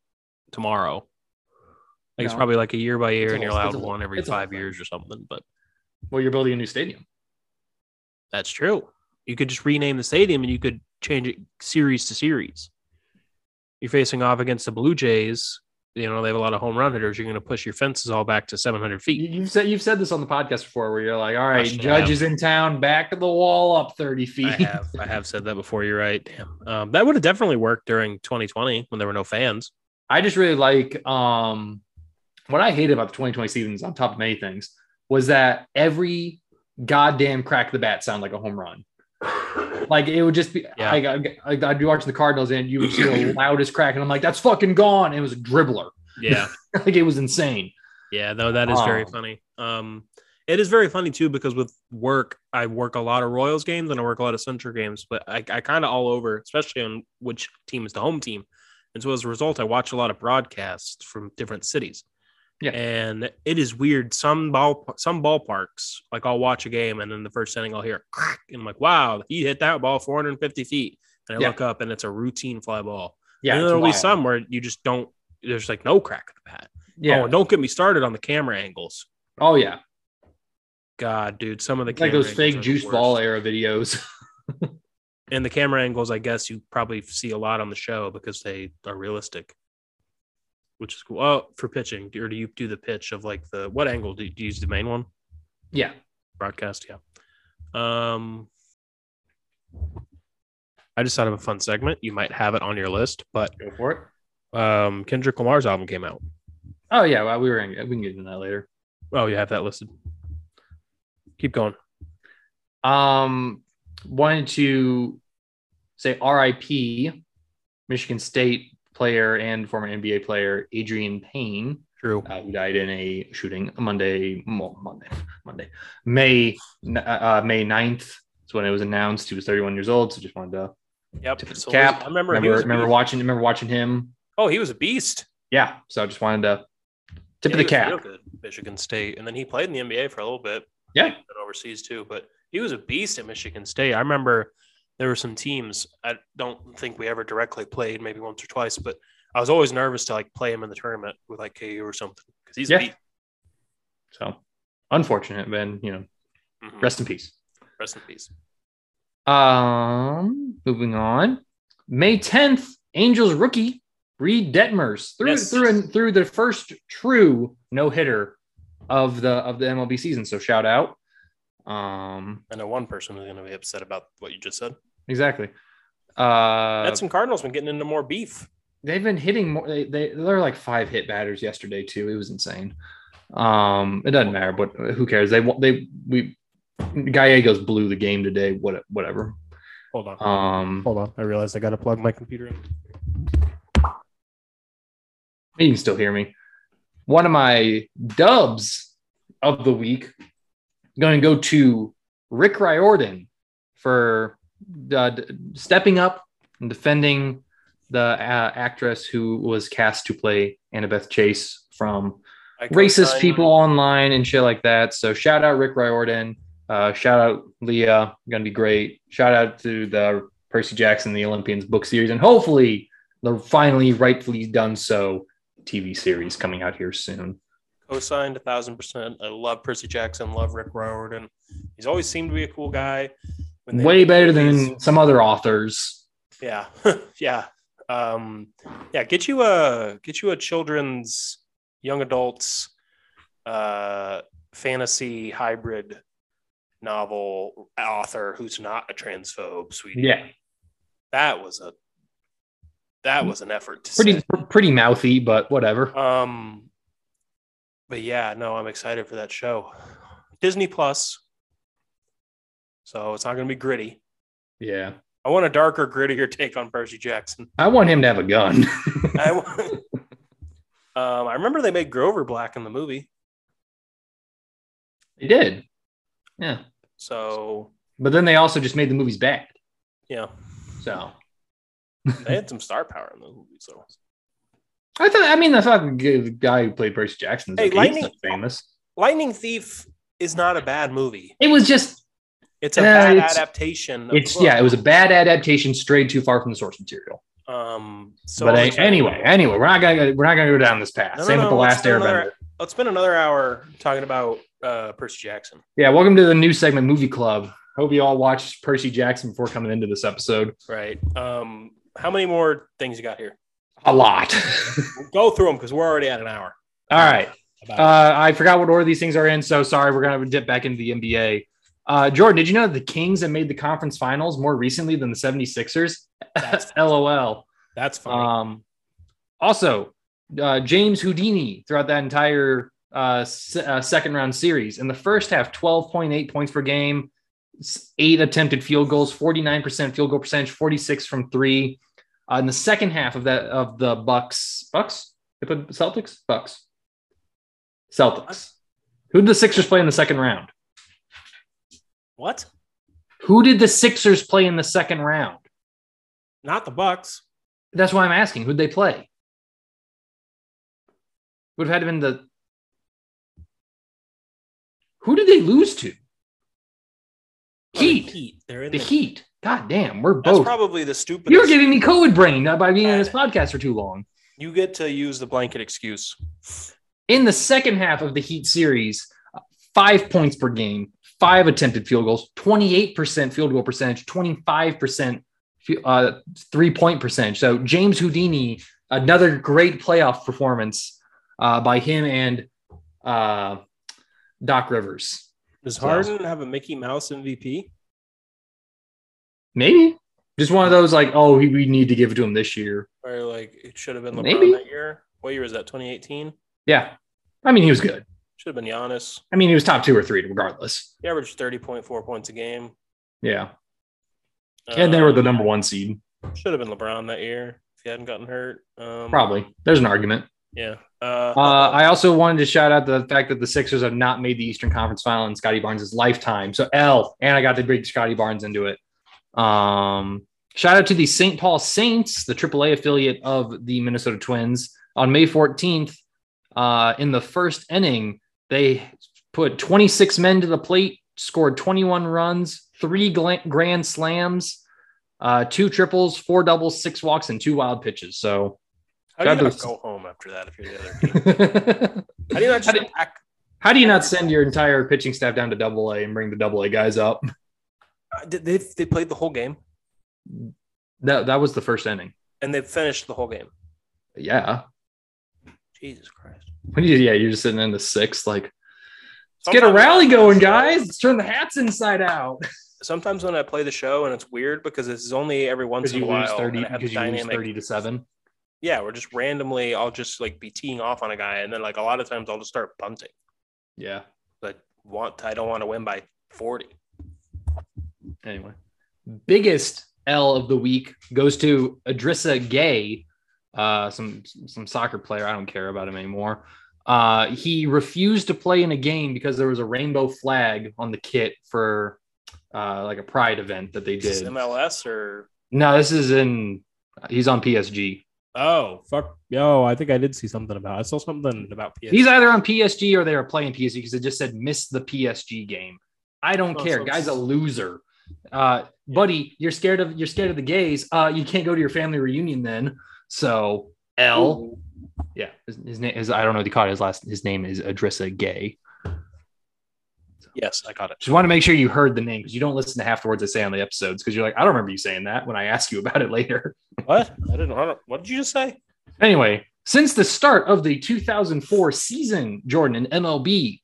[SPEAKER 2] tomorrow. Like it's
[SPEAKER 1] No.
[SPEAKER 2] probably like a year by year,
[SPEAKER 1] It's a
[SPEAKER 2] and you're
[SPEAKER 1] whole-
[SPEAKER 2] allowed
[SPEAKER 1] it's a whole-
[SPEAKER 2] one every
[SPEAKER 1] it's a whole
[SPEAKER 2] five
[SPEAKER 1] thing.
[SPEAKER 2] years or something. But
[SPEAKER 1] Well, you're building a new stadium.
[SPEAKER 2] that's true. You could just rename the stadium, and you could change it series to series. You're facing off against the Blue Jays. You know they have a lot of home run hitters. You're going to push your fences all back to 700 feet.
[SPEAKER 1] You, have said you've said this on the podcast before, where you're like, "All right,
[SPEAKER 2] Actually, I
[SPEAKER 1] Judge
[SPEAKER 2] have.
[SPEAKER 1] is in town, back of the wall, up 30 feet."
[SPEAKER 2] I have I have said that before. You're right. Damn. Um, that would have definitely worked during 2020 when there were no fans.
[SPEAKER 1] I just really like um what I hated about the 2020 seasons on top of many things was that every goddamn crack of the bat sounded like a home run. Like it would just be
[SPEAKER 2] Yeah.
[SPEAKER 1] like, I, I, I'd be watching the Cardinals and you would see the loudest crack and I'm like, that's fucking gone. It was a dribbler.
[SPEAKER 2] Yeah.
[SPEAKER 1] like it was insane.
[SPEAKER 2] Yeah, no, that is very
[SPEAKER 1] Um,
[SPEAKER 2] funny. Um, it is very funny too because with work, I work a lot of Royals games and I work a lot of Central games, but I, I kind of all over, especially on which team is the home team. And so as a result, I watch a lot of broadcasts from different cities.
[SPEAKER 1] Yeah.
[SPEAKER 2] and it is weird. Some ball, some ballparks, like I'll watch a game and then the first inning I'll hear, crack, and I'm like, wow, he hit that ball 450 feet, and I
[SPEAKER 1] Yeah.
[SPEAKER 2] look up and it's a routine fly ball.
[SPEAKER 1] Yeah.
[SPEAKER 2] and
[SPEAKER 1] it's
[SPEAKER 2] there'll be
[SPEAKER 1] wild.
[SPEAKER 2] some where you just don't. There's like no crack at the bat.
[SPEAKER 1] Yeah.
[SPEAKER 2] Oh, and don't get me started on the camera angles.
[SPEAKER 1] Oh, yeah.
[SPEAKER 2] God, dude, some of the
[SPEAKER 1] Like
[SPEAKER 2] camera
[SPEAKER 1] those
[SPEAKER 2] angles
[SPEAKER 1] fake
[SPEAKER 2] are the
[SPEAKER 1] juice
[SPEAKER 2] worst.
[SPEAKER 1] ball era videos.
[SPEAKER 2] and the camera angles. I guess you probably see a lot on the show because they are realistic, which is cool. Oh, for pitching, or do you do the pitch of like the what angle do you, do you use the main one
[SPEAKER 1] yeah.
[SPEAKER 2] broadcast? Yeah, Um, I just thought of a fun segment. You might have it on your list, but
[SPEAKER 1] Go for it.
[SPEAKER 2] um, Kendrick Lamar's album came out.
[SPEAKER 1] Oh yeah, well, we were in, we can get into that later.
[SPEAKER 2] Oh, you have that listed. Keep going.
[SPEAKER 1] Um, wanted to say R.I.P. Michigan State player and former NBA player Adrian Payne,
[SPEAKER 2] True.
[SPEAKER 1] uh, who died in a shooting Monday, Mo- Monday, Monday, May, n- uh, uh, May 9th. Is when it was announced. He was 31 years old, so just wanted to
[SPEAKER 2] Yep.
[SPEAKER 1] Tip his
[SPEAKER 2] So
[SPEAKER 1] cap.
[SPEAKER 2] I remember. he
[SPEAKER 1] remember
[SPEAKER 2] was a
[SPEAKER 1] remember
[SPEAKER 2] beast.
[SPEAKER 1] watching remember watching him.
[SPEAKER 2] Oh, he was a beast.
[SPEAKER 1] Yeah, so I just wanted to tip
[SPEAKER 2] Yeah,
[SPEAKER 1] of the
[SPEAKER 2] he was
[SPEAKER 1] cap.
[SPEAKER 2] real good at Michigan State, and then he played in the NBA for a little bit.
[SPEAKER 1] Yeah.
[SPEAKER 2] He's been overseas too, but he was a beast at Michigan State. I remember there were some teams I don't think we ever directly played, maybe once or twice, but I was always nervous to like play him in the tournament with like KU or something because he's a
[SPEAKER 1] Yeah.
[SPEAKER 2] beast.
[SPEAKER 1] So unfortunate, Ben. You know,
[SPEAKER 2] Mhm.
[SPEAKER 1] rest in peace.
[SPEAKER 2] Rest in peace.
[SPEAKER 1] Um, moving on. May 10th, Angels rookie Reed Detmers through
[SPEAKER 2] Yes.
[SPEAKER 1] through and through the first true no hitter of the of the MLB season. So shout out. Um,
[SPEAKER 2] I know one person is going to be upset about what you just said.
[SPEAKER 1] exactly. Uh,
[SPEAKER 2] That's some Cardinals been getting into more beef.
[SPEAKER 1] they've been hitting more. They they they're like five hit batters yesterday too. It was insane. Um, it doesn't matter, but who cares? They won- they we Gallegos blew the game today. What whatever.
[SPEAKER 2] Hold on.
[SPEAKER 1] Um,
[SPEAKER 2] Hold on. I realized I got to plug my computer in.
[SPEAKER 1] You can still hear me. One of my dubs of the week going to go to Rick Riordan for uh, d- stepping up and defending the uh, actress who was cast to play Annabeth Chase from
[SPEAKER 2] I
[SPEAKER 1] racist
[SPEAKER 2] co-signed-
[SPEAKER 1] people online and shit like that. So shout out Rick Riordan. Uh, shout out Leah. Gonna be great. Shout out to the Percy Jackson, the Olympians book series, and hopefully the finally rightfully done so TV series coming out here soon.
[SPEAKER 2] co-signed a thousand percent. I love Percy Jackson, love Rick Riordan. He's always seemed to be a cool guy. When they-
[SPEAKER 1] Way better
[SPEAKER 2] movies.
[SPEAKER 1] than some other authors.
[SPEAKER 2] yeah, yeah, um, yeah. Get you a get you a children's, young adults, uh, fantasy hybrid novel author who's not a transphobe, sweetie.
[SPEAKER 1] Yeah,
[SPEAKER 2] that was a that was an effort. To
[SPEAKER 1] Mm-hmm. pretty
[SPEAKER 2] say.
[SPEAKER 1] pretty mouthy, but whatever.
[SPEAKER 2] Um, but yeah, no, I'm excited for that show. Disney Plus. So it's not going to be gritty.
[SPEAKER 1] Yeah,
[SPEAKER 2] I want a darker, grittier take on Percy Jackson.
[SPEAKER 1] I want him to have a gun.
[SPEAKER 2] I, want, um, I remember they made Grover black in the movie.
[SPEAKER 1] they did. Yeah,
[SPEAKER 2] So
[SPEAKER 1] but then they also just made the movies bad.
[SPEAKER 2] yeah,
[SPEAKER 1] So
[SPEAKER 2] they had some star power in the movie. So
[SPEAKER 1] I thought. I mean, I thought the g- the guy who played Percy Jackson is
[SPEAKER 2] Hey,
[SPEAKER 1] okay. He's
[SPEAKER 2] Lightning-
[SPEAKER 1] not famous.
[SPEAKER 2] Lightning Thief is not a bad movie.
[SPEAKER 1] It was just.
[SPEAKER 2] It's a
[SPEAKER 1] Uh,
[SPEAKER 2] bad
[SPEAKER 1] it's-
[SPEAKER 2] adaptation. Of
[SPEAKER 1] It's
[SPEAKER 2] the book.
[SPEAKER 1] yeah. It was a bad adaptation, strayed too far from the source material.
[SPEAKER 2] Um. So
[SPEAKER 1] but
[SPEAKER 2] I'm
[SPEAKER 1] uh,
[SPEAKER 2] excited.
[SPEAKER 1] anyway, anyway, we're not gonna we're not gonna go down this path.
[SPEAKER 2] No, no,
[SPEAKER 1] Same with
[SPEAKER 2] no,
[SPEAKER 1] the
[SPEAKER 2] let's
[SPEAKER 1] last
[SPEAKER 2] do
[SPEAKER 1] Airbender.
[SPEAKER 2] another- let's spend another hour talking about uh, Percy Jackson.
[SPEAKER 1] Yeah, welcome to the new segment, Movie Club. Hope you all watched Percy Jackson before coming into this episode.
[SPEAKER 2] Right. Um, how many more things you got here?
[SPEAKER 1] A lot.
[SPEAKER 2] Go through them because we're already at an hour.
[SPEAKER 1] all right.
[SPEAKER 2] About
[SPEAKER 1] Uh, I forgot what order these things are in, so sorry. We're gonna dip back into the NBA. Uh, Jordan, did you know that the Kings have made the conference finals more recently than the 76ers?
[SPEAKER 2] That's-
[SPEAKER 1] LOL.
[SPEAKER 2] that's fine.
[SPEAKER 1] Um, also, uh, James Houdini throughout that entire uh, se- uh, second round series in the first half, 12.8 points per game, s- eight attempted field goals, 49% field goal percentage, 46 from three. Uh, in the second half of that of the Bucks, Bucks, they put Celtics, Bucks, Celtics. Who did the Sixers play in the second round?
[SPEAKER 2] what?
[SPEAKER 1] Who did the Sixers play in the second round?
[SPEAKER 2] Not the Bucks.
[SPEAKER 1] That's why I'm asking. Who'd they play? Would have had to been the. Who did they lose to?
[SPEAKER 2] Oh, the
[SPEAKER 1] Heat.
[SPEAKER 2] Heat. They're in
[SPEAKER 1] The
[SPEAKER 2] the,
[SPEAKER 1] Heat. God damn, we're
[SPEAKER 2] That's
[SPEAKER 1] both.
[SPEAKER 2] probably the stupidest.
[SPEAKER 1] You're giving me COVID brain uh, by being in this podcast for too long.
[SPEAKER 2] You get to use the blanket excuse.
[SPEAKER 1] In the second half of the Heat series, uh, five points per game, five attempted field goals, 28% field goal percentage, 25% fi- uh, three point percentage. So James Houdini, another great playoff performance uh, by him and uh, Doc Rivers.
[SPEAKER 2] Does
[SPEAKER 1] So-
[SPEAKER 2] Harden have a Mickey Mouse MVP?
[SPEAKER 1] Maybe just one of those like, oh, we, we need to give it to him this year.
[SPEAKER 2] Or like it should have been LeBron
[SPEAKER 1] Maybe.
[SPEAKER 2] that year? What year was that? 2018?
[SPEAKER 1] Yeah, I mean he was good.
[SPEAKER 2] Should have been Giannis.
[SPEAKER 1] I mean he was top two or three regardless.
[SPEAKER 2] He averaged 30.4 points a game. Um,
[SPEAKER 1] Yeah, and they were the number one seed
[SPEAKER 2] should have been LeBron that year if he hadn't gotten hurt. Um,
[SPEAKER 1] probably. There's an argument.
[SPEAKER 2] Yeah. Uh,
[SPEAKER 1] Uh, I also wanted to shout out the fact that the Sixers have not made the Eastern Conference Final in Scotty Barnes' lifetime. So L, and I got to bring Scotty Barnes into it. Um, shout out to the St. Paul Saints, the AAA affiliate of the Minnesota Twins. On May 14th, uh, in the first inning, they put 26 men to the plate, scored 21 runs, three gla- grand slams, uh, two triples, four doubles, six walks, and two wild pitches. So.
[SPEAKER 2] how do you
[SPEAKER 1] God
[SPEAKER 2] not
[SPEAKER 1] bless-
[SPEAKER 2] go home after that if you're the other team? How do you not
[SPEAKER 1] How
[SPEAKER 2] just
[SPEAKER 1] do-
[SPEAKER 2] attack?
[SPEAKER 1] How do you not send your entire pitching staff down to double A and bring the double A guys up?
[SPEAKER 2] uh, Did they, they played the whole game
[SPEAKER 1] That that was the first inning.
[SPEAKER 2] and they finished the whole game.
[SPEAKER 1] Yeah.
[SPEAKER 2] Jesus Christ.
[SPEAKER 1] When you- yeah, you're just sitting in the sixth, like, let's get a
[SPEAKER 2] Sometimes-
[SPEAKER 1] rally going, guys. Let's turn the hats inside out.
[SPEAKER 2] Sometimes when I play the show and it's weird because this is only every once
[SPEAKER 1] Because
[SPEAKER 2] in
[SPEAKER 1] you
[SPEAKER 2] a while.
[SPEAKER 1] lose
[SPEAKER 2] and
[SPEAKER 1] thirty
[SPEAKER 2] I have
[SPEAKER 1] because you lose
[SPEAKER 2] dynamic-
[SPEAKER 1] thirty to seven.
[SPEAKER 2] yeah, we're just randomly, I'll just like be teeing off on a guy, and then like a lot of times I'll just start bunting.
[SPEAKER 1] Yeah.
[SPEAKER 2] Like, want I don't want to win by forty.
[SPEAKER 1] Anyway. Biggest L of the week goes to Adrissa Gay, uh, some some soccer player. I don't care about him anymore. Uh, he refused to play in a game because there was a rainbow flag on the kit for uh, like a pride event that they
[SPEAKER 2] Is this
[SPEAKER 1] did.
[SPEAKER 2] MLS or
[SPEAKER 1] No, this is in. He's on PSG.
[SPEAKER 2] oh fuck yo, I think I did see something about. I saw something about PS.
[SPEAKER 1] He's either on PSG or they were playing PSG because it just said miss the PSG game. I don't
[SPEAKER 2] Oh,
[SPEAKER 1] care.
[SPEAKER 2] so-
[SPEAKER 1] Guy's a loser. Uh, buddy, you're scared of you're scared of the gays. Uh, you can't go to your family reunion then. So L, yeah, his, his name is I don't know what he called it. his last. His name is Adrissa Gay.
[SPEAKER 2] yes, I got it.
[SPEAKER 1] Just want to make sure you heard the name because you don't listen to half the words I say on the episodes because you're like I don't remember you saying that when I ask you about it later.
[SPEAKER 2] What I didn't. I don't, what did you just say?
[SPEAKER 1] Anyway, since the start of the 2004 season, Jordan in MLB,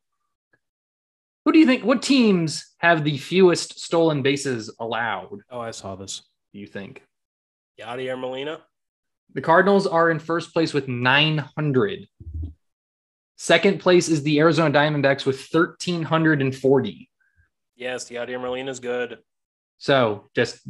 [SPEAKER 1] who do you think? What teams have the fewest stolen bases allowed?
[SPEAKER 2] Oh, I saw this.
[SPEAKER 1] Do you think
[SPEAKER 2] Yadier Molina.
[SPEAKER 1] the Cardinals are in first place with 900? Second place is the Arizona Diamondbacks with 1340.
[SPEAKER 2] Yes, Yadier Molina's good.
[SPEAKER 1] So just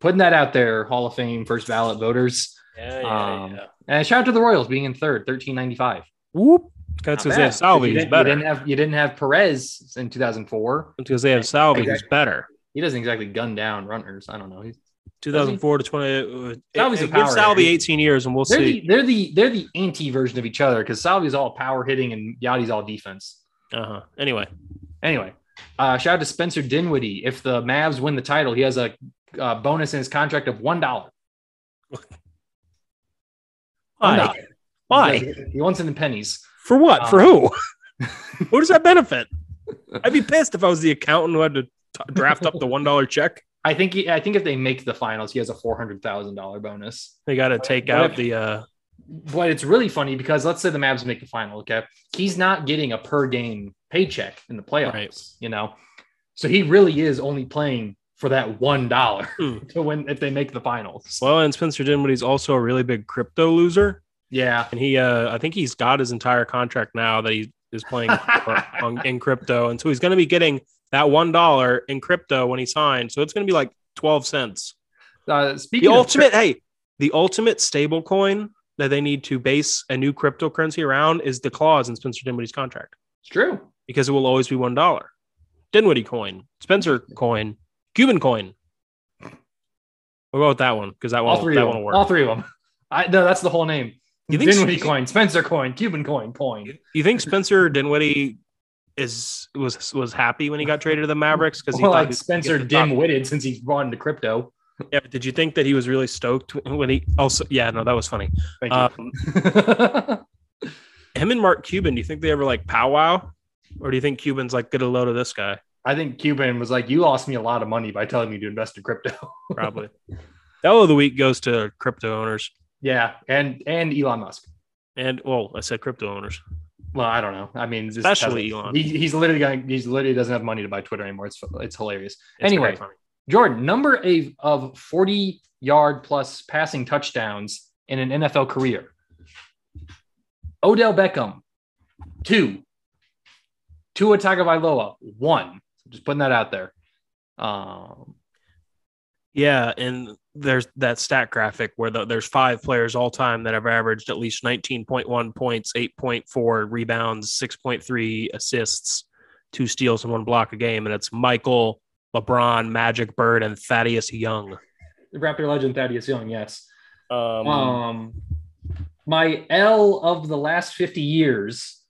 [SPEAKER 1] putting that out there, Hall of Fame first ballot voters.
[SPEAKER 2] Yeah, yeah,
[SPEAKER 1] Um,
[SPEAKER 2] yeah.
[SPEAKER 1] And shout out to the Royals being in third, 1395.
[SPEAKER 2] Whoop. That's
[SPEAKER 1] Not
[SPEAKER 2] because they have
[SPEAKER 1] bad.
[SPEAKER 2] Salvi.
[SPEAKER 1] you
[SPEAKER 2] Who's
[SPEAKER 1] didn't, you didn't
[SPEAKER 2] better.
[SPEAKER 1] have you didn't have Perez in 2004.
[SPEAKER 2] Because they have Salvi. Who's
[SPEAKER 1] Exactly.
[SPEAKER 2] better.
[SPEAKER 1] He doesn't exactly gun down runners. I don't know. He's,
[SPEAKER 2] 2004 to 20. Uh,
[SPEAKER 1] Salvi's a
[SPEAKER 2] give
[SPEAKER 1] power
[SPEAKER 2] Salvi
[SPEAKER 1] hitter.
[SPEAKER 2] 18 years, and we'll
[SPEAKER 1] they're
[SPEAKER 2] see.
[SPEAKER 1] the they're the they're the anti version of each other because Salvi's all power hitting and Yachty's all defense.
[SPEAKER 2] Uh huh. Anyway,
[SPEAKER 1] Anyway, uh, shout out to Spencer Dinwiddie. If the Mavs win the title, he has a uh, bonus in his contract of one dollar.
[SPEAKER 2] why? Why?
[SPEAKER 1] He wants it in pennies.
[SPEAKER 2] For what? For
[SPEAKER 1] Um,
[SPEAKER 2] who?
[SPEAKER 1] Uh-huh.
[SPEAKER 2] who does that benefit? I'd be pissed if I was the accountant who had to t- draft up the one dollar check.
[SPEAKER 1] I think he, I think if they make the finals, he has a four hundred thousand dollar bonus.
[SPEAKER 2] They got to take
[SPEAKER 1] What
[SPEAKER 2] out
[SPEAKER 1] if-
[SPEAKER 2] the. uh
[SPEAKER 1] But it's really funny because let's say the Mavs make the final. Okay, he's not getting a per game paycheck in the playoffs.
[SPEAKER 2] Right.
[SPEAKER 1] You know, so he really is only playing for that one dollar
[SPEAKER 2] Hmm.
[SPEAKER 1] to win if they make the finals.
[SPEAKER 2] Well, and Spencer Dinwiddie's also a really big crypto loser,
[SPEAKER 1] Yeah,
[SPEAKER 2] and he, uh I think he's got his entire contract now that he is playing for- on, in crypto, and so he's going to be getting that one dollar in crypto when he signed. So it's going to be like twelve cents.
[SPEAKER 1] uh,
[SPEAKER 2] The
[SPEAKER 1] speaking of
[SPEAKER 2] ultimate, hey, the ultimate stable coin that they need to base a new cryptocurrency around is the clause in Spencer Dinwiddie's contract
[SPEAKER 1] it's true.
[SPEAKER 2] because it will always be one dollar. Dinwiddie coin, Spencer coin, Cuban coin. We'll go with that one because that
[SPEAKER 1] All
[SPEAKER 2] one
[SPEAKER 1] three,
[SPEAKER 2] that
[SPEAKER 1] of
[SPEAKER 2] one
[SPEAKER 1] them.
[SPEAKER 2] will work.
[SPEAKER 1] all three of them. I no, that's the whole name.
[SPEAKER 2] You think-
[SPEAKER 1] Dinwiddie coin, Spencer coin, Cuban coin, coin.
[SPEAKER 2] You think Spencer Dinwiddie is was was happy when he got traded to the Mavericks because he
[SPEAKER 1] Well,
[SPEAKER 2] thought
[SPEAKER 1] like
[SPEAKER 2] he'd
[SPEAKER 1] Spencer
[SPEAKER 2] get the top-
[SPEAKER 1] dim-witted since he's gone into crypto.
[SPEAKER 2] Yeah, but did you think that he was really stoked when he also? Yeah, no, that was funny.
[SPEAKER 1] Thank you.
[SPEAKER 2] Um, him and Mark Cuban, do you think they ever like powwow, or do you think Cuban's like get a load of this guy?
[SPEAKER 1] I think Cuban was like, "You lost me a lot of money by telling me to invest in crypto."
[SPEAKER 2] Probably. L of the week goes to crypto owners,
[SPEAKER 1] yeah, and and Elon Musk.
[SPEAKER 2] and well, I said crypto owners.
[SPEAKER 1] Well, I don't know. I mean, this
[SPEAKER 2] Especially
[SPEAKER 1] doesn't-
[SPEAKER 2] Elon.
[SPEAKER 1] He, he's literally got, he's literally doesn't have money to buy Twitter anymore. It's it's hilarious.
[SPEAKER 2] It's
[SPEAKER 1] Anyway.
[SPEAKER 2] very funny.
[SPEAKER 1] Jordan, number eight of 40 yard plus passing touchdowns in an NFL career. Odell Beckham, two. Tua Tagovailoa, one. Just putting that out there. Um,
[SPEAKER 2] yeah, and there's that stat graphic where the, there's five players all time that have averaged at least 19.1 points, 8.4 rebounds, 6.3 assists, two steals, and one block a game, and it's Michael, LeBron, Magic Bird, and Thaddeus Young.
[SPEAKER 1] Raptor legend Thaddeus Young, yes.
[SPEAKER 2] Um,
[SPEAKER 1] Um, my L of the last 50 years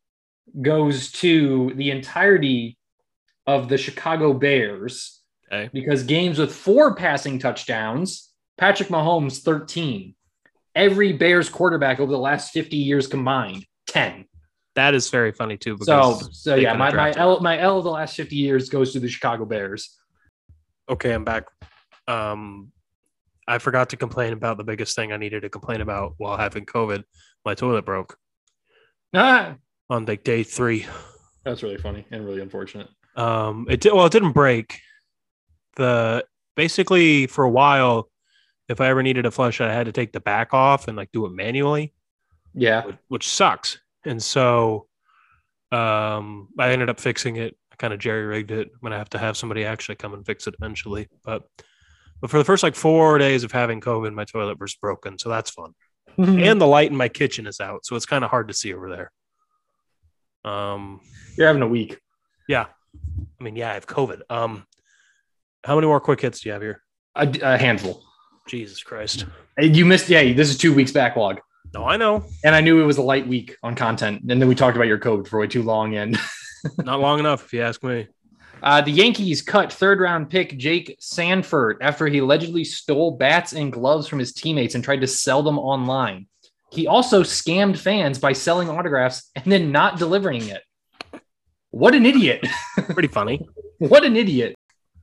[SPEAKER 1] goes to the entirety of the Chicago Bears
[SPEAKER 2] Okay.
[SPEAKER 1] because games with four passing touchdowns, Patrick Mahomes 13. Every Bears quarterback over the last 50 years combined 10.
[SPEAKER 2] that is very funny too.
[SPEAKER 1] So,
[SPEAKER 2] Because
[SPEAKER 1] so
[SPEAKER 2] they
[SPEAKER 1] yeah,
[SPEAKER 2] couldn't
[SPEAKER 1] my, my
[SPEAKER 2] draft him.
[SPEAKER 1] L my L of the last 50 years goes to the Chicago Bears.
[SPEAKER 2] okay, I'm back. Um, I forgot to complain about the biggest thing I needed to complain about while having COVID. My toilet broke
[SPEAKER 1] Ah,
[SPEAKER 2] on like day three.
[SPEAKER 1] that's really funny and really unfortunate.
[SPEAKER 2] Um, it did well. It didn't break. The basically for a while, if I ever needed a flush, I had to take the back off and like do it manually,
[SPEAKER 1] Yeah.
[SPEAKER 2] which, which sucks. And so, um, I ended up fixing it. I kind of jerry rigged it. I'm gonna have to have somebody actually come and fix it eventually. But but for the first like four days of having COVID, my toilet was broken, so that's fun.
[SPEAKER 1] And
[SPEAKER 2] And the light in my kitchen is out, so it's kind of hard to see over there. Um,
[SPEAKER 1] you're having a week.
[SPEAKER 2] I mean, yeah, I have COVID. Um, how many more quick hits do you have here?
[SPEAKER 1] A, a handful.
[SPEAKER 2] Jesus Christ!
[SPEAKER 1] And You missed, yeah. This is two weeks backlog,
[SPEAKER 2] No, I know,
[SPEAKER 1] and I knew it was a light week on content. And then we talked about your COVID for way too long. And
[SPEAKER 2] not long enough, if you ask me.
[SPEAKER 1] uh, the Yankees cut third-round pick Jake Sanford after he allegedly stole bats and gloves from his teammates and tried to sell them online. He also scammed fans by selling autographs and then not delivering it. What an idiot!
[SPEAKER 2] Pretty funny.
[SPEAKER 1] What an idiot!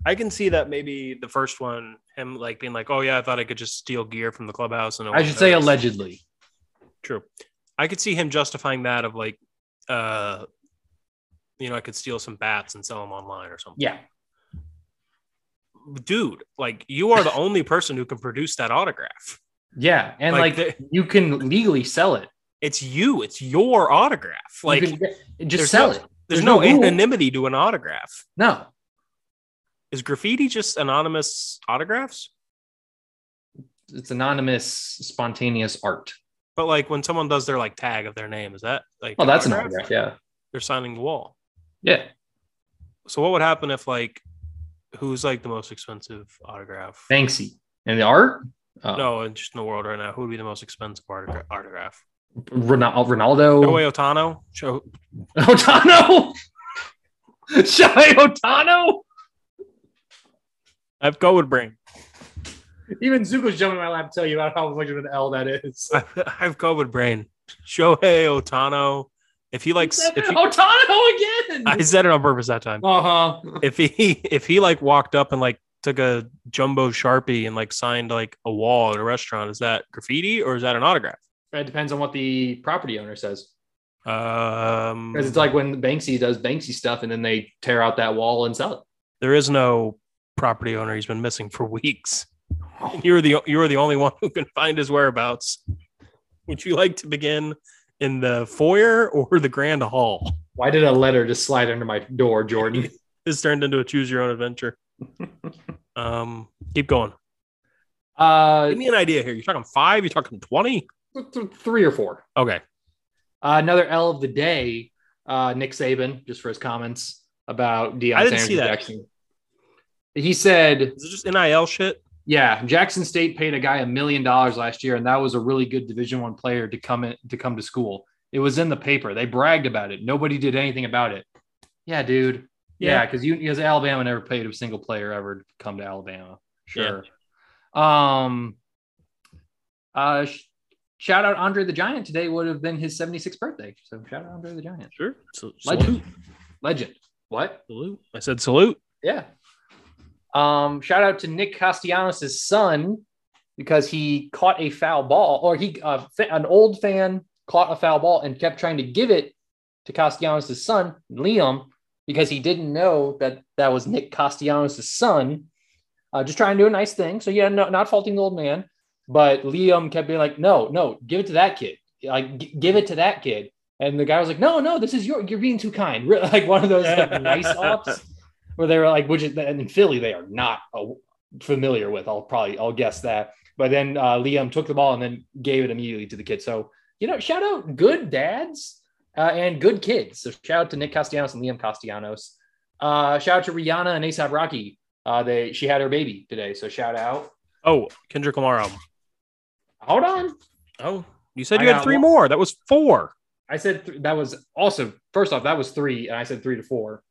[SPEAKER 2] I can see that maybe the first one, him like being like, "Oh yeah, I thought I could just steal gear from the clubhouse," and no
[SPEAKER 1] I
[SPEAKER 2] one
[SPEAKER 1] should say
[SPEAKER 2] noticed."
[SPEAKER 1] allegedly.
[SPEAKER 2] True. I could see him justifying that of like, uh, you know, I could steal some bats and sell them online or something.
[SPEAKER 1] Yeah,
[SPEAKER 2] Dude, like you are the only person who can produce that autograph.
[SPEAKER 1] yeah, and like,
[SPEAKER 2] Like
[SPEAKER 1] you can legally sell it.
[SPEAKER 2] It's you. It's your autograph.
[SPEAKER 1] You
[SPEAKER 2] Like
[SPEAKER 1] can get- just
[SPEAKER 2] there's
[SPEAKER 1] sell
[SPEAKER 2] no-
[SPEAKER 1] it.
[SPEAKER 2] there's,
[SPEAKER 1] there's
[SPEAKER 2] no,
[SPEAKER 1] no rule.
[SPEAKER 2] anonymity to an autograph.
[SPEAKER 1] No,
[SPEAKER 2] Is graffiti just anonymous autographs?
[SPEAKER 1] it's anonymous, spontaneous art.
[SPEAKER 2] But like when someone does their like tag of their name, is that like?
[SPEAKER 1] Oh, that's an autograph. Yeah.
[SPEAKER 2] They're signing the wall.
[SPEAKER 1] Yeah.
[SPEAKER 2] So what would happen if like, who's like the most expensive autograph?
[SPEAKER 1] Banksy. And the art? Uh,
[SPEAKER 2] no, and just in the world right now, who would be the most expensive autogra- autograph?
[SPEAKER 1] Ron- Ronaldo.
[SPEAKER 2] No way, Otano. Show
[SPEAKER 1] Otano. Shai Otano.
[SPEAKER 2] I've go with brain.
[SPEAKER 1] Even Zuko's jumping in my lap to tell you about how much of an L that is.
[SPEAKER 2] I've, I've go with brain. Shohei Otano. If he likes, if he,
[SPEAKER 1] Otano again.
[SPEAKER 2] I said it on purpose that time.
[SPEAKER 1] uh huh.
[SPEAKER 2] if he if he like walked up and like took a jumbo sharpie and like signed like a wall at a restaurant is that graffiti or is that an autograph
[SPEAKER 1] It depends on what the property owner says.
[SPEAKER 2] um
[SPEAKER 1] Because it's like when Banksy does Banksy stuff and then they tear out that wall and sell it.
[SPEAKER 2] there is no property owner he's been missing for weeks you're the you're the only one who can find his whereabouts would you like to begin in the foyer or the grand hall
[SPEAKER 1] Why did a letter just slide under my door, Jordan?
[SPEAKER 2] this turned into a choose your own adventure um keep going
[SPEAKER 1] Uh,
[SPEAKER 2] give me an idea here you're talking five you're talking 20
[SPEAKER 1] th- th- three or four.
[SPEAKER 2] okay
[SPEAKER 1] Uh, another L of the day, uh, Nick Saban, just for his comments about Deion
[SPEAKER 2] I didn't
[SPEAKER 1] Sanders
[SPEAKER 2] see that.
[SPEAKER 1] Jackson. He said,
[SPEAKER 2] is it just nil shit
[SPEAKER 1] "Yeah, Jackson State paid a guy a million dollars last year, and that was a really good Division One player to come in, to come to school. It was in the paper. They bragged about it. Nobody did anything about it. Yeah, dude. Yeah, because you because Alabama never paid a single player ever to come to Alabama. Sure. Um. Uh. sh- Shout out Andre the Giant today would have been his 76th birthday. So shout out Andre the Giant.
[SPEAKER 2] Sure. So,
[SPEAKER 1] Legend. Legend. What?
[SPEAKER 2] Salute. I said salute.
[SPEAKER 1] Yeah. Um, shout out to Nick Castellanos' son because he caught a foul ball, or he uh, fa- an old fan caught a foul ball and kept trying to give it
[SPEAKER 4] to Castellanos' son, Liam, because he didn't know that that was Nick Castellanos' son. Uh, just trying to do a nice thing. So, yeah, no, not faulting the old man. But Liam kept being like, no, no, give it to that kid. Like, g- give it to that kid. And the guy was like, no, no, this is your, you're being too kind. Re- Like one of those like, nice ops where they were like, which is, and in Philly, they are not uh, familiar with. I'll probably, I'll guess that. But then uh, Liam took the ball and then gave it immediately to the kid. So, you know, shout out good dads uh, and good kids. So shout out to Nick Castellanos and Liam Castellanos. Uh, shout out to Rihanna and ASAP Rocky. Uh, they, she had her baby today. So shout out.
[SPEAKER 2] Oh, Kendrick Lamar album.
[SPEAKER 4] Hold on.
[SPEAKER 2] Oh, you said
[SPEAKER 1] I
[SPEAKER 2] you had
[SPEAKER 1] got
[SPEAKER 2] three
[SPEAKER 1] one.
[SPEAKER 2] more. That was four.
[SPEAKER 1] I said th- that was also first off that was three, and I said three to four.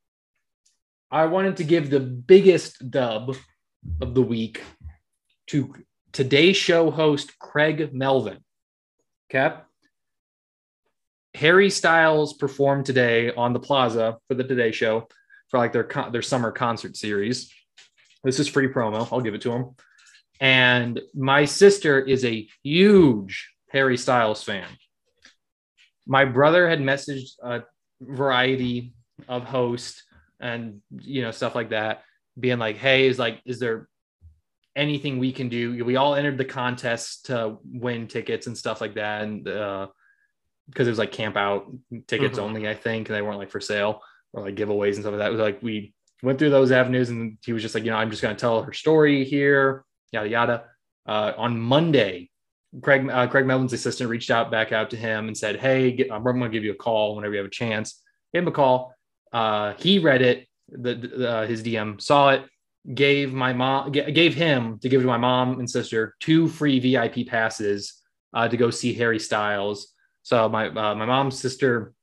[SPEAKER 1] I wanted to give the biggest dub of the week to today's show host Craig Melvin. Okay. Harry Styles performed today on the Plaza for the Today Show for like their con- their summer concert series. This is free promo. I'll give it to him. And my sister is a huge Harry Styles fan my brother had messaged a variety of hosts and you know stuff like that being like hey is like is there anything we can do we all entered the contest to win tickets and stuff like that and uh because it was like camp out tickets
[SPEAKER 2] Mhm.
[SPEAKER 1] only i think and they weren't like for sale or like giveaways and stuff like that it was like we went through those avenues and he was just like you know i'm just going to tell her story here yada yada uh, on monday Craig uh, Craig Melvin's assistant reached out back out to him and said, "Hey, get, I'm going to give you a call whenever you have a chance." Gave him a call. Uh, he read it. The, the uh, his DM saw it. Gave my mom ga- gave him to give to my mom and sister two free VIP passes uh, to go see Harry Styles. So my uh, my mom's sister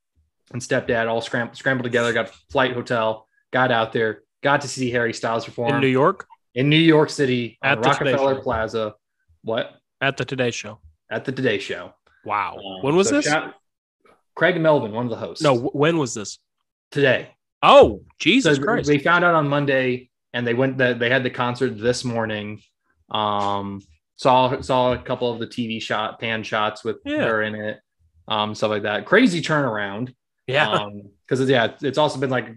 [SPEAKER 1] and stepdad all scram- scrambled together, got a flight hotel, got out there, got to see Harry Styles perform
[SPEAKER 2] in New York
[SPEAKER 1] in New York City on
[SPEAKER 2] At the Today
[SPEAKER 1] Rockefeller
[SPEAKER 2] Show.
[SPEAKER 1] Plaza. What
[SPEAKER 2] at the Today Show.
[SPEAKER 1] at the Today Show.
[SPEAKER 2] Wow.
[SPEAKER 1] Um,
[SPEAKER 2] when was
[SPEAKER 1] so
[SPEAKER 2] this?
[SPEAKER 1] shout- Craig Melvin, one of the hosts.
[SPEAKER 2] no, wh- when was this?
[SPEAKER 1] today.
[SPEAKER 2] Oh,
[SPEAKER 1] So
[SPEAKER 2] Jesus
[SPEAKER 1] th-
[SPEAKER 2] Christ.
[SPEAKER 1] they found out on Monday, and they went. The, they had the concert this morning. Um, saw saw a couple of the TV shot pan shots with
[SPEAKER 2] Yeah.
[SPEAKER 1] her in it. Um, stuff like that. Crazy turnaround.
[SPEAKER 2] yeah.
[SPEAKER 1] Uh, Because yeah, it's also been like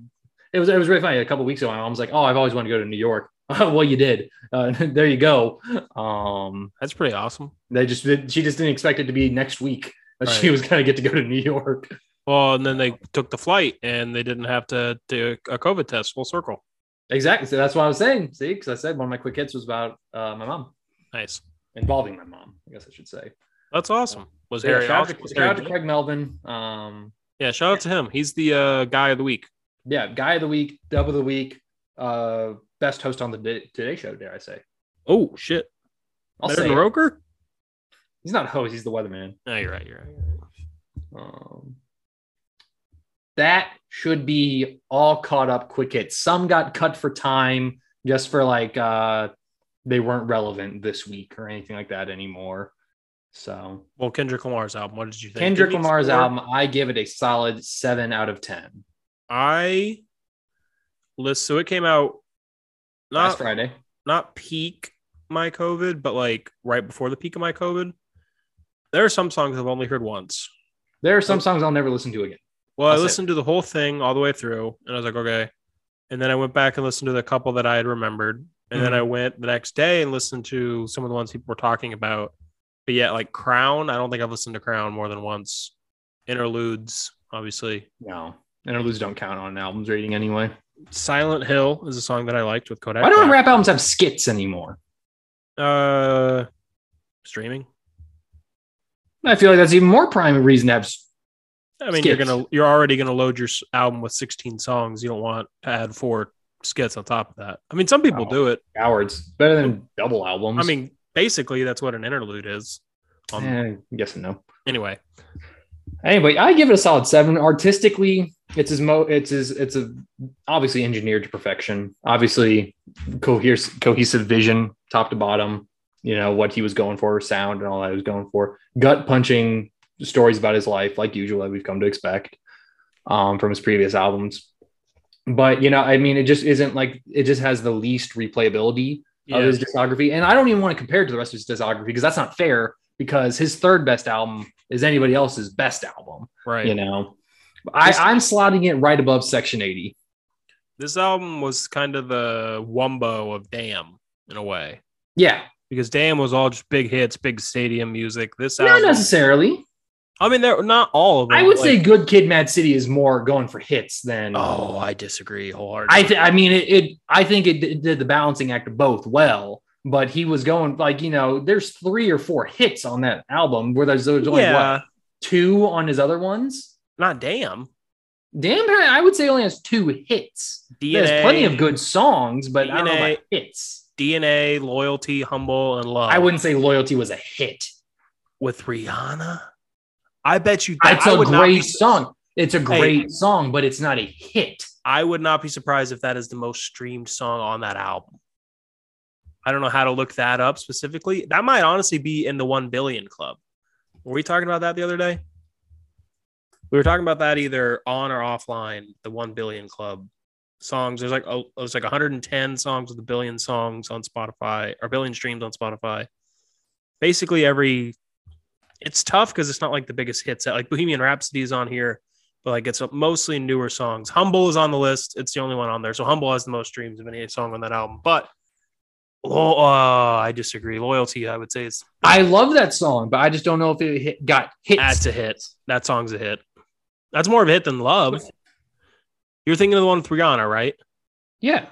[SPEAKER 1] it was. It was really funny. A couple weeks ago, my mom was like, "Oh, I've always wanted to go to New York." well, you did. Uh, there you go. Um,
[SPEAKER 2] That's pretty awesome.
[SPEAKER 1] they just did, she just didn't expect it to be next week that she
[SPEAKER 2] Right.
[SPEAKER 1] was going to get to go to New York.
[SPEAKER 2] Well, and then they took the flight and they didn't have to do a COVID test full circle.
[SPEAKER 1] Exactly. So that's what I was saying. See, because I said one of my quick hits was about uh, my mom,
[SPEAKER 2] Nice.
[SPEAKER 1] involving my mom. I guess I should say.
[SPEAKER 2] That's awesome. Was
[SPEAKER 1] So yeah,
[SPEAKER 2] Harry
[SPEAKER 1] shout out
[SPEAKER 2] awesome?
[SPEAKER 1] to-
[SPEAKER 2] Was
[SPEAKER 1] shout
[SPEAKER 2] Harry
[SPEAKER 1] out to
[SPEAKER 2] good?
[SPEAKER 1] Craig Melvin. Um,
[SPEAKER 2] yeah, shout out to him. He's the uh, guy of the week.
[SPEAKER 1] yeah, guy of the week, dub of the week, uh, best host on the Di- Today Show. Dare I say?
[SPEAKER 2] Oh shit.
[SPEAKER 1] I'll
[SPEAKER 2] Better
[SPEAKER 1] say
[SPEAKER 2] than
[SPEAKER 1] it.
[SPEAKER 2] Roker?
[SPEAKER 1] he's not a host. He's the weatherman.
[SPEAKER 2] No, you're right. You're right.
[SPEAKER 1] Um, that should be all caught up quick hits. Some got cut for time just for like uh, they weren't relevant this week or anything like that anymore. So
[SPEAKER 2] Well, Kendrick Lamar's album. What did you think?
[SPEAKER 1] Kendrick
[SPEAKER 2] Did you
[SPEAKER 1] Lamar's
[SPEAKER 2] score?
[SPEAKER 1] album, I give it a solid seven out of ten.
[SPEAKER 2] I list so it came out
[SPEAKER 1] Last
[SPEAKER 2] not
[SPEAKER 1] Friday,
[SPEAKER 2] not peak my COVID, but like right before the peak of my COVID. There are some songs I've only heard once.
[SPEAKER 1] there are some songs I'll never listen to again.
[SPEAKER 2] Well,
[SPEAKER 1] I'll
[SPEAKER 2] I
[SPEAKER 1] say-
[SPEAKER 2] listened to the whole thing all the way through, and I was like, okay. And then I went back and listened to the couple that I had remembered, and then
[SPEAKER 1] Mhm.
[SPEAKER 2] I went the next day and listened to some of the ones people were talking about. But yeah, like Crown, I don't think I've listened to Crown more than once. Interludes, obviously.
[SPEAKER 1] No, interludes don't count on an album's rating anyway.
[SPEAKER 2] Silent Hill is a song that I liked with Kodak.
[SPEAKER 1] Why don't
[SPEAKER 2] Black.
[SPEAKER 1] rap albums have skits anymore?
[SPEAKER 2] Uh, streaming.
[SPEAKER 1] I feel like that's even more prime reason to have. s-
[SPEAKER 2] I mean, you're
[SPEAKER 1] Skits.
[SPEAKER 2] gonna you're already gonna load your s- album with 16 songs. You don't want to add four skits on top of that. I mean, some people
[SPEAKER 1] No.
[SPEAKER 2] do it.
[SPEAKER 1] Cowards better than double albums.
[SPEAKER 2] I mean, basically, that's what an interlude is. Um,
[SPEAKER 1] Eh, yes and no.
[SPEAKER 2] Anyway,
[SPEAKER 1] Anyway, I give it a solid seven. Artistically, it's as mo it's as it's a obviously engineered to perfection. Obviously, coheres cohesive vision, top to bottom. You know what he was going for, sound and all that he was going for. Gut punching stories about his life, like usual, that we've come to expect um, from his previous albums. But you know, I mean, it just isn't like it just has the least replayability
[SPEAKER 2] yeah,
[SPEAKER 1] of his discography. And I don't even want to compare it to the rest of his discography because that's not fair because his third best album is anybody else's best album,
[SPEAKER 2] right.
[SPEAKER 1] you know. I, I'm slotting it right above section 80.
[SPEAKER 2] This album was kind of the Wumbo of Damn in a way,
[SPEAKER 1] Yeah,
[SPEAKER 2] because Damn was all just big hits, big stadium music. This
[SPEAKER 1] not
[SPEAKER 2] album,
[SPEAKER 1] necessarily.
[SPEAKER 2] I mean, they're not all of them.
[SPEAKER 1] I would say
[SPEAKER 2] like-
[SPEAKER 1] Good Kid, Mad City is more going for hits than.
[SPEAKER 2] oh, I disagree wholeheartedly.
[SPEAKER 1] I th- I mean it, it. I think it, d- it did the balancing act of both well, but he was going like you know, there's three or four hits on that album, where there's, there's only
[SPEAKER 2] yeah,
[SPEAKER 1] what two on his other ones.
[SPEAKER 2] not Damn.
[SPEAKER 1] Damn, I would say only has two hits.
[SPEAKER 2] DNA,
[SPEAKER 1] There's plenty of good songs, but I don't know
[SPEAKER 2] DNA.
[SPEAKER 1] about hits.
[SPEAKER 2] DNA, loyalty, humble, and love.
[SPEAKER 1] I wouldn't say loyalty was a hit.
[SPEAKER 2] with Rihanna. I bet you
[SPEAKER 1] It's
[SPEAKER 2] I
[SPEAKER 1] a
[SPEAKER 2] would not be-
[SPEAKER 1] great song. It's a great song, but it's not a hit.
[SPEAKER 2] I would not be surprised if that is the most streamed song on that album. I don't know how to look that up specifically. That might honestly be in the 1 billion club. Were we talking about that the other day? We were talking about that either on or offline, the 1 billion club songs. There's like oh, there's like 110 songs of the billion songs on Spotify or billion streams on Spotify. Basically every it's tough because it's not like the biggest hits like Bohemian Rhapsody is on here but like it's mostly newer songs. Humble is on the list. It's the only one on there. So Humble has the most streams of any song on that album. But lo- uh, I disagree. Loyalty, I would say it's
[SPEAKER 1] I love that song, but I just don't know if it hit, got hits.
[SPEAKER 2] that's a hit. That song's a hit. That's more of a hit than Love. You're thinking of the one with Rihanna, right?
[SPEAKER 1] yeah,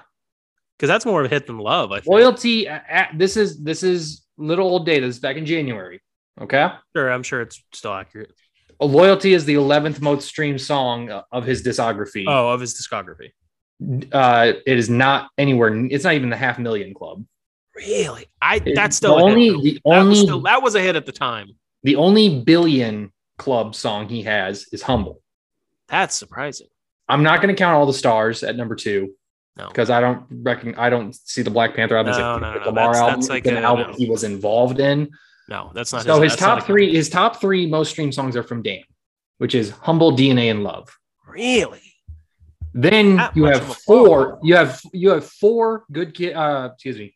[SPEAKER 2] Because that's more of a hit than Love. I think.
[SPEAKER 1] loyalty. uh, uh, this is this is little old data. This is back in January. Okay,
[SPEAKER 2] Sure, I'm sure it's still accurate.
[SPEAKER 1] Uh, loyalty is the eleventh most streamed song uh, of his discography.
[SPEAKER 2] Oh, of his discography.
[SPEAKER 1] Uh, it is not anywhere. n- It's not even the half million club.
[SPEAKER 2] Really? I
[SPEAKER 1] It-
[SPEAKER 2] that's still
[SPEAKER 1] the
[SPEAKER 2] a hit,
[SPEAKER 1] only
[SPEAKER 2] though.
[SPEAKER 1] the
[SPEAKER 2] that,
[SPEAKER 1] only
[SPEAKER 2] was still- that was a hit at the time.
[SPEAKER 1] the only billion club song he has is humble.
[SPEAKER 2] That's surprising.
[SPEAKER 1] I'm not going to count all the stars at number two.
[SPEAKER 2] No.
[SPEAKER 1] because I don't reckon I don't see the Black Panther album as
[SPEAKER 2] No,
[SPEAKER 1] a
[SPEAKER 2] no, no, no.
[SPEAKER 1] Lamar
[SPEAKER 2] That's-
[SPEAKER 1] album.
[SPEAKER 2] that's like
[SPEAKER 1] it's an
[SPEAKER 2] a-
[SPEAKER 1] album
[SPEAKER 2] no.
[SPEAKER 1] he was involved in.
[SPEAKER 2] No, that's not.
[SPEAKER 1] so his
[SPEAKER 2] that's not
[SPEAKER 1] top
[SPEAKER 2] a-
[SPEAKER 1] three, his top three most streamed songs are from Damn, which is Humble, DNA, and Love.
[SPEAKER 2] Really?
[SPEAKER 1] Then
[SPEAKER 2] That
[SPEAKER 1] you
[SPEAKER 2] much
[SPEAKER 1] have
[SPEAKER 2] of a
[SPEAKER 1] four.
[SPEAKER 2] fall.
[SPEAKER 1] You have you have four good kid. Uh, excuse me.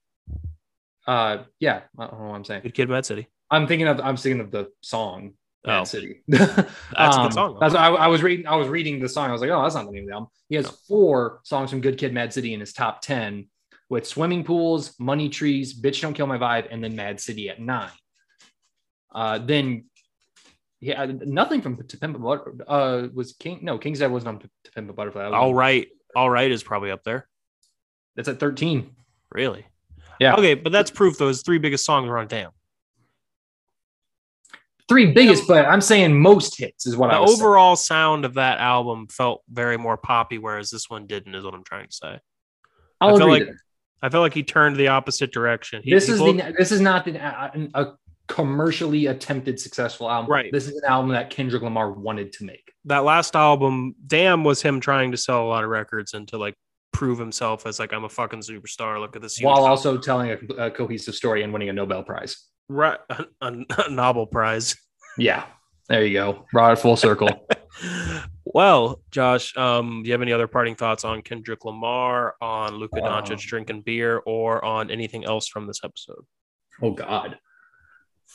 [SPEAKER 1] Uh, yeah, I don't know what I'm saying.
[SPEAKER 2] Good Kid, Mad City.
[SPEAKER 1] I'm thinking of I'm thinking of the song. Mad
[SPEAKER 2] Oh.
[SPEAKER 1] City.
[SPEAKER 2] That's a
[SPEAKER 1] Um,
[SPEAKER 2] good song. though.
[SPEAKER 1] That's I, I was reading. I was reading the song. I was like, oh, that's not the name of the album. He has
[SPEAKER 2] No.
[SPEAKER 1] four songs from Good Kid, Mad City in his top ten, with swimming pools, money trees, bitch don't kill my vibe, and then Mad City at nine. Uh, then yeah, uh, nothing from To Pimp a Butterfly. Uh, was King? No, King's Dead wasn't on To Pimp a Butterfly. That was-
[SPEAKER 2] All right, all right is probably up there.
[SPEAKER 1] That's at thirteen.
[SPEAKER 2] Really?
[SPEAKER 1] Yeah.
[SPEAKER 2] Okay, but that's proof those three biggest songs are on Damn.
[SPEAKER 1] Three biggest, but I'm saying most hits is what
[SPEAKER 2] The
[SPEAKER 1] I was saying.
[SPEAKER 2] overall sound of that album felt very more poppy, whereas this one didn't. Is what I'm trying to say.
[SPEAKER 1] I'll
[SPEAKER 2] I feel
[SPEAKER 1] agree
[SPEAKER 2] like
[SPEAKER 1] to that.
[SPEAKER 2] I felt like he turned the opposite direction. He,
[SPEAKER 1] this
[SPEAKER 2] he
[SPEAKER 1] is
[SPEAKER 2] pulled-
[SPEAKER 1] the this is not the, a, a commercially attempted successful album.
[SPEAKER 2] Right.
[SPEAKER 1] This is an album that Kendrick Lamar wanted to make.
[SPEAKER 2] that last album. Damn was him trying to sell a lot of records and to like prove himself as like I'm a fucking superstar. Look at this. huge
[SPEAKER 1] while
[SPEAKER 2] album."
[SPEAKER 1] also telling a, a cohesive story and winning a Nobel Prize.
[SPEAKER 2] right, a, a Nobel Prize.
[SPEAKER 1] Yeah, there you go. Brought it full circle.
[SPEAKER 2] Well, Josh, um, do you have any other parting thoughts on Kendrick Lamar, on Luka Doncic
[SPEAKER 1] Um,
[SPEAKER 2] drinking beer, or on anything else from this episode?
[SPEAKER 1] oh God.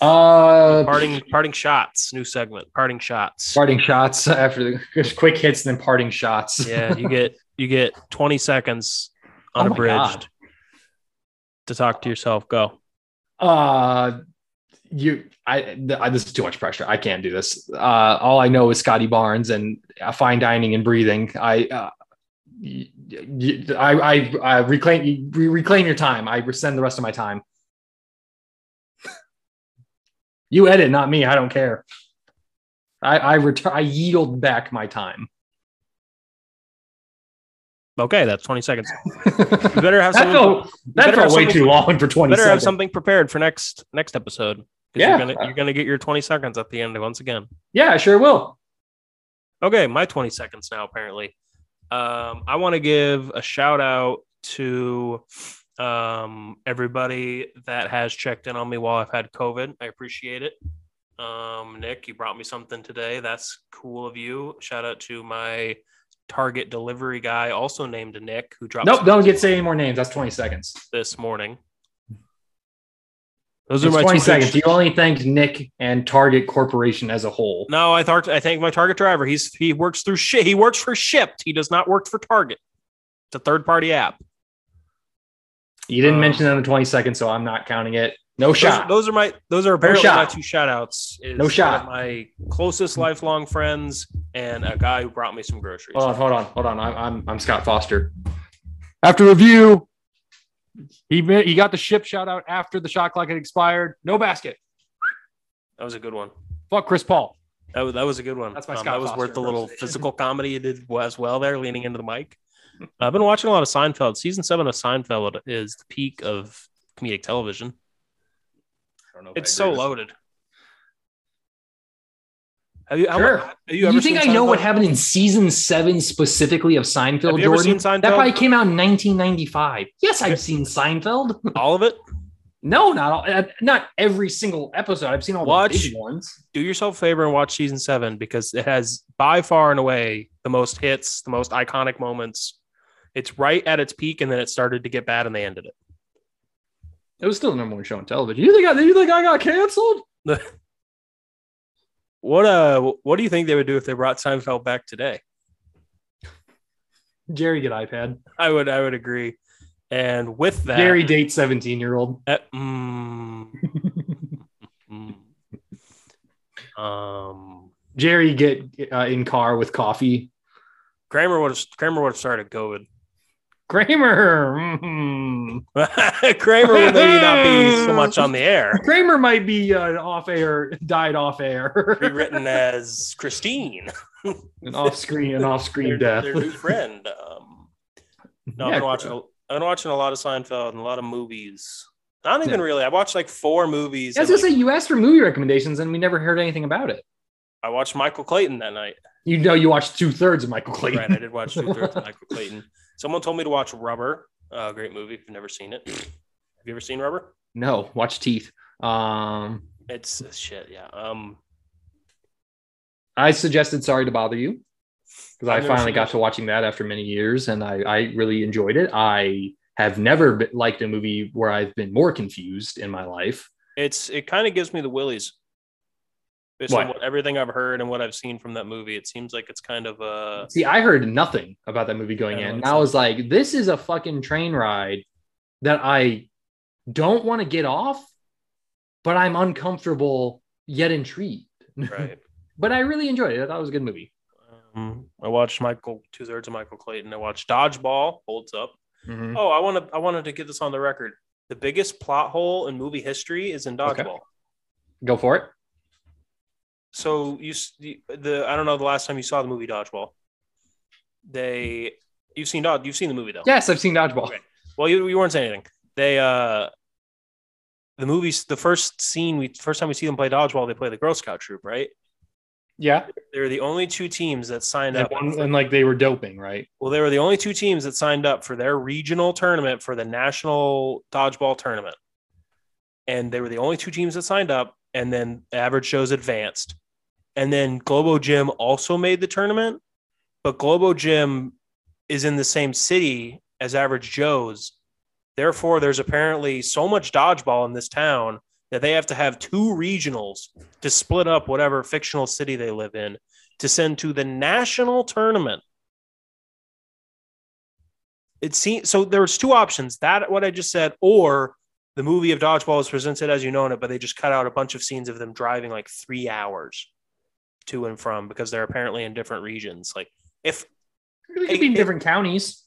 [SPEAKER 1] Uh,
[SPEAKER 2] Parting, parting shots, new segment, parting shots.
[SPEAKER 1] parting shots after the quick hits and then parting shots.
[SPEAKER 2] yeah, you get you get twenty seconds
[SPEAKER 1] Oh my
[SPEAKER 2] unabridged
[SPEAKER 1] God.
[SPEAKER 2] to talk to yourself. Go.
[SPEAKER 1] Uh, you, I, th- I, this is too much pressure. I can't do this. Uh, all I know is Scotty Barnes and uh, fine dining and breathing. I, uh, y- y- I, I, I reclaim, re- reclaim your time. I rescind the rest of my time. you edit, not me. I don't care. I, I return. I yield back my time.
[SPEAKER 2] Okay, that's twenty seconds. You better have
[SPEAKER 1] that
[SPEAKER 2] something.
[SPEAKER 1] felt, that
[SPEAKER 2] better
[SPEAKER 1] felt
[SPEAKER 2] have
[SPEAKER 1] way
[SPEAKER 2] something-
[SPEAKER 1] too long for
[SPEAKER 2] you
[SPEAKER 1] twenty
[SPEAKER 2] better have
[SPEAKER 1] seconds.
[SPEAKER 2] something prepared for next next episode. 'Cause
[SPEAKER 1] Yeah.
[SPEAKER 2] you're gonna, you're gonna get your twenty seconds at the end once again.
[SPEAKER 1] Yeah, I sure will.
[SPEAKER 2] Okay, my 20 seconds now, apparently. Um, I want to give a shout out to um, everybody that has checked in on me while I've had COVID. I appreciate it. Um, Nick, you brought me something today. That's cool of you. Shout out to my Target delivery guy, also named Nick, who dropped
[SPEAKER 1] Nope,
[SPEAKER 2] something
[SPEAKER 1] don't get say any more names. That's twenty seconds.
[SPEAKER 2] this morning. Those are
[SPEAKER 1] It's
[SPEAKER 2] my
[SPEAKER 1] 20
[SPEAKER 2] two
[SPEAKER 1] seconds.
[SPEAKER 2] picks.
[SPEAKER 1] You only thanked Nick and Target Corporation as a whole.
[SPEAKER 2] No, I thought I thank my Target driver. He's he works through shit. He works for Shipped. He does not work for Target. It's a third party app.
[SPEAKER 1] You didn't
[SPEAKER 2] Um,
[SPEAKER 1] mention that in the 20 seconds, so I'm not counting it. No
[SPEAKER 2] Those,
[SPEAKER 1] shot.
[SPEAKER 2] those are my those are apparently
[SPEAKER 1] shot.
[SPEAKER 2] my two shout outs. Is
[SPEAKER 1] No
[SPEAKER 2] one of
[SPEAKER 1] shot.
[SPEAKER 2] My closest lifelong friends and a guy who brought me some groceries.
[SPEAKER 1] Hold on, hold on, hold on. I'm, I'm, I'm Scott Foster. After review, he ma- he got the ship shout out after the shot clock had expired. No basket.
[SPEAKER 2] that was a good one.
[SPEAKER 1] Fuck Chris Paul.
[SPEAKER 2] That was, that was a good one.
[SPEAKER 1] That's my
[SPEAKER 2] um,
[SPEAKER 1] Scott
[SPEAKER 2] that was
[SPEAKER 1] Foster
[SPEAKER 2] worth the little
[SPEAKER 1] impersonation.
[SPEAKER 2] physical comedy you did as well there, leaning into the mic. I've been watching a lot of Seinfeld. Season seven of Seinfeld is the peak of comedic television.
[SPEAKER 3] I don't know if
[SPEAKER 2] It's
[SPEAKER 3] I
[SPEAKER 2] so
[SPEAKER 3] agree with-
[SPEAKER 2] loaded. Have you? how-
[SPEAKER 1] Sure.
[SPEAKER 2] Have you
[SPEAKER 1] You,
[SPEAKER 2] ever
[SPEAKER 1] think I
[SPEAKER 2] seen
[SPEAKER 1] know what
[SPEAKER 2] Seinfeld?
[SPEAKER 1] happened in season seven specifically of Seinfeld,
[SPEAKER 2] Have you ever
[SPEAKER 1] Jordan?
[SPEAKER 2] seen Seinfeld?
[SPEAKER 1] That probably came out in 1995. Yes, I've seen Seinfeld.
[SPEAKER 2] All of it.
[SPEAKER 1] No, not all, uh, not every single episode. I've seen all
[SPEAKER 2] Watch-
[SPEAKER 1] the big ones.
[SPEAKER 2] Do yourself a favor and watch season seven because it has by far and away the most hits, the most iconic moments. It's right at its peak, and then it started to get bad, and they ended it.
[SPEAKER 1] It was still the number one show on television. You think I, you think I got canceled?
[SPEAKER 2] What uh? What do you think they would do if they brought Seinfeld back today?
[SPEAKER 1] Jerry get iPad.
[SPEAKER 2] I would. I would agree. And with that,
[SPEAKER 1] Jerry date 17 year old.
[SPEAKER 2] that- mm, mm. um,
[SPEAKER 1] Jerry get uh, in car with coffee.
[SPEAKER 2] Kramer would have. Kramer would have started COVID.
[SPEAKER 1] Kramer. mhm.
[SPEAKER 2] Kramer would maybe not be so much on the air.
[SPEAKER 1] Kramer might be uh, off air, died off
[SPEAKER 2] Be
[SPEAKER 1] air,
[SPEAKER 2] written as Christine,
[SPEAKER 1] an off screen, an off screen
[SPEAKER 2] their,
[SPEAKER 1] death.
[SPEAKER 2] their new friend. Um, no, I've
[SPEAKER 1] Yeah,
[SPEAKER 2] been watching. a- I've been watching a lot of Seinfeld and a lot of movies. Not even really. I watched like four movies.
[SPEAKER 1] I was
[SPEAKER 2] and,
[SPEAKER 1] gonna say
[SPEAKER 2] like,
[SPEAKER 1] you asked for movie recommendations and we never heard anything about it.
[SPEAKER 2] I watched Michael Clayton that night.
[SPEAKER 1] You know, you watched two thirds of Michael Clayton.
[SPEAKER 2] Right, I did watch two thirds of Michael Clayton. Someone told me to watch Rubber. Uh, great movie. If you've never seen it, have you ever seen Rubber?
[SPEAKER 1] No, watch Teeth. Um,
[SPEAKER 2] It's shit. Yeah. Um,
[SPEAKER 1] I suggested Sorry to Bother You because I
[SPEAKER 2] I've never
[SPEAKER 1] finally
[SPEAKER 2] seen
[SPEAKER 1] got
[SPEAKER 2] it.
[SPEAKER 1] to watching that after many years and I, I really enjoyed it. I have never be- liked a movie where I've been more confused in my life.
[SPEAKER 2] it's it kind of gives me the willies based on
[SPEAKER 1] What?
[SPEAKER 2] what, everything i've heard and what i've seen from that movie it seems like it's kind of uh
[SPEAKER 1] See, I heard nothing about that movie going
[SPEAKER 2] I know,
[SPEAKER 1] in. And
[SPEAKER 2] it's
[SPEAKER 1] I
[SPEAKER 2] like-
[SPEAKER 1] was like, this is a fucking train ride that I don't want to get off, but I'm uncomfortable yet intrigued.
[SPEAKER 2] right
[SPEAKER 1] But I really enjoyed it. I thought it was a good movie.
[SPEAKER 2] um, i watched michael two-thirds of michael clayton i watched dodgeball holds up
[SPEAKER 1] Mm-hmm.
[SPEAKER 2] oh i want to i wanted to get this on the record the biggest plot hole in movie history is in dodgeball
[SPEAKER 1] Okay. Go for it.
[SPEAKER 2] so you s- the the- i don't know the last time you saw the movie dodgeball they you've seen dog you've seen the movie though
[SPEAKER 1] Yes, I've seen Dodgeball.
[SPEAKER 2] Okay. Well, you, you weren't saying anything. They uh the movies the first scene we first time we see them play dodgeball, they play the Girl Scout troop, right?
[SPEAKER 1] Yeah.
[SPEAKER 2] They were the only two teams that signed
[SPEAKER 1] And,
[SPEAKER 2] up.
[SPEAKER 1] one- and, like they were doping, right?
[SPEAKER 2] Well, they were the only two teams that signed up for their regional tournament for the national dodgeball tournament. And they were the only two teams that signed up, and then average shows advanced. And then Globo Gym also made the tournament, but Globo Gym is in the same city as Average Joe's. Therefore, there's apparently so much dodgeball in this town that they have to have two regionals to split up whatever fictional city they live in to send to the national tournament. It seems so. There's two options: that what I just said, or the movie of dodgeball is presented as you know in it, but they just cut out a bunch of scenes of them driving like three hours to and from because they're apparently in different regions. Like if
[SPEAKER 1] They could be in different counties.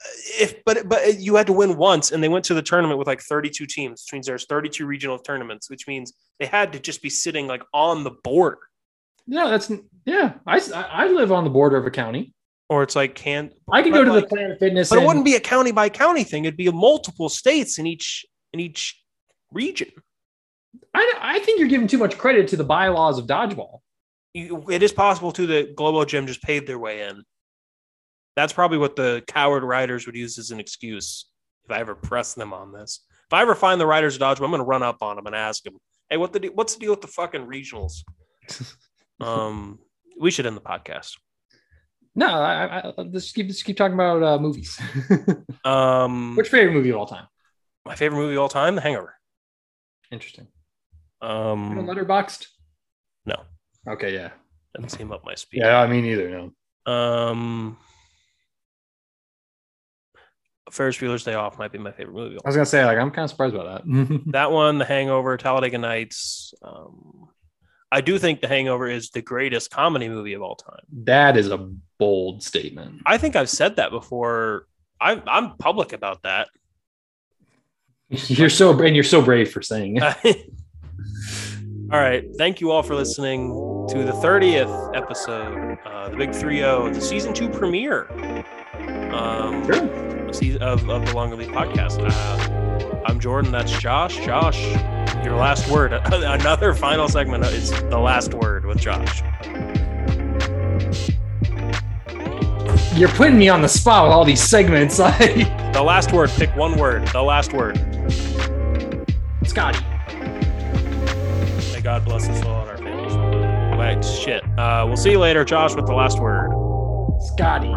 [SPEAKER 2] uh, if but but you had to win once and they went to the tournament with like 32 teams which means there's 32 regional tournaments which means they had to just be sitting like on the border
[SPEAKER 1] No, that's yeah. I, I live on the border of a county.
[SPEAKER 2] or it's like can
[SPEAKER 1] I could
[SPEAKER 2] But
[SPEAKER 1] go to the
[SPEAKER 2] like-
[SPEAKER 1] Planet Fitness.
[SPEAKER 2] but it
[SPEAKER 1] and-
[SPEAKER 2] wouldn't be a county by county thing it'd be a multiple states in each in each region
[SPEAKER 1] I, I think you're giving too much credit to the bylaws of dodgeball.
[SPEAKER 2] you, it is possible too that global gym just paid their way in that's probably what the coward riders would use as an excuse if i ever press them on this if i ever find the riders of dodgeball i'm going to run up on them and ask them hey what the de- what's the deal with the fucking regionals um we should end the podcast
[SPEAKER 1] No, I, I, I let's keep let's keep talking about uh, movies.
[SPEAKER 2] um
[SPEAKER 1] What's your favorite movie of all time?
[SPEAKER 2] my favorite movie of all time the hangover
[SPEAKER 1] Interesting. You
[SPEAKER 2] Um,
[SPEAKER 1] haven't letterboxed?
[SPEAKER 2] No.
[SPEAKER 1] Okay, yeah.
[SPEAKER 2] doesn't seem up my speed.
[SPEAKER 1] Yeah, I mean either. No.
[SPEAKER 2] Um, Ferris Bueller's Day Off might be my favorite movie.
[SPEAKER 1] I was gonna say, like, I'm kind of surprised about that.
[SPEAKER 2] That one, The Hangover, Talladega Nights. Um, I do think The Hangover is the greatest comedy movie of all time.
[SPEAKER 1] that is a bold statement.
[SPEAKER 2] I think I've said that before. I'm I'm public about that.
[SPEAKER 1] You're so and you're so brave for saying it.
[SPEAKER 2] all right. Thank you all for listening to the 30th episode, uh, the Big 3 0, the season two premiere um, se- of, of the Longer League podcast. Uh, I'm Jordan. That's Josh. Josh, your last word. Another final segment. It's the last word with Josh.
[SPEAKER 1] You're putting me on the spot with all these segments. Like
[SPEAKER 2] The last word. Pick one word. The last word.
[SPEAKER 1] Scotty.
[SPEAKER 2] May God bless us all and our families. Wait, shit. Uh, we'll see you later, Josh, with the last word.
[SPEAKER 1] Scotty.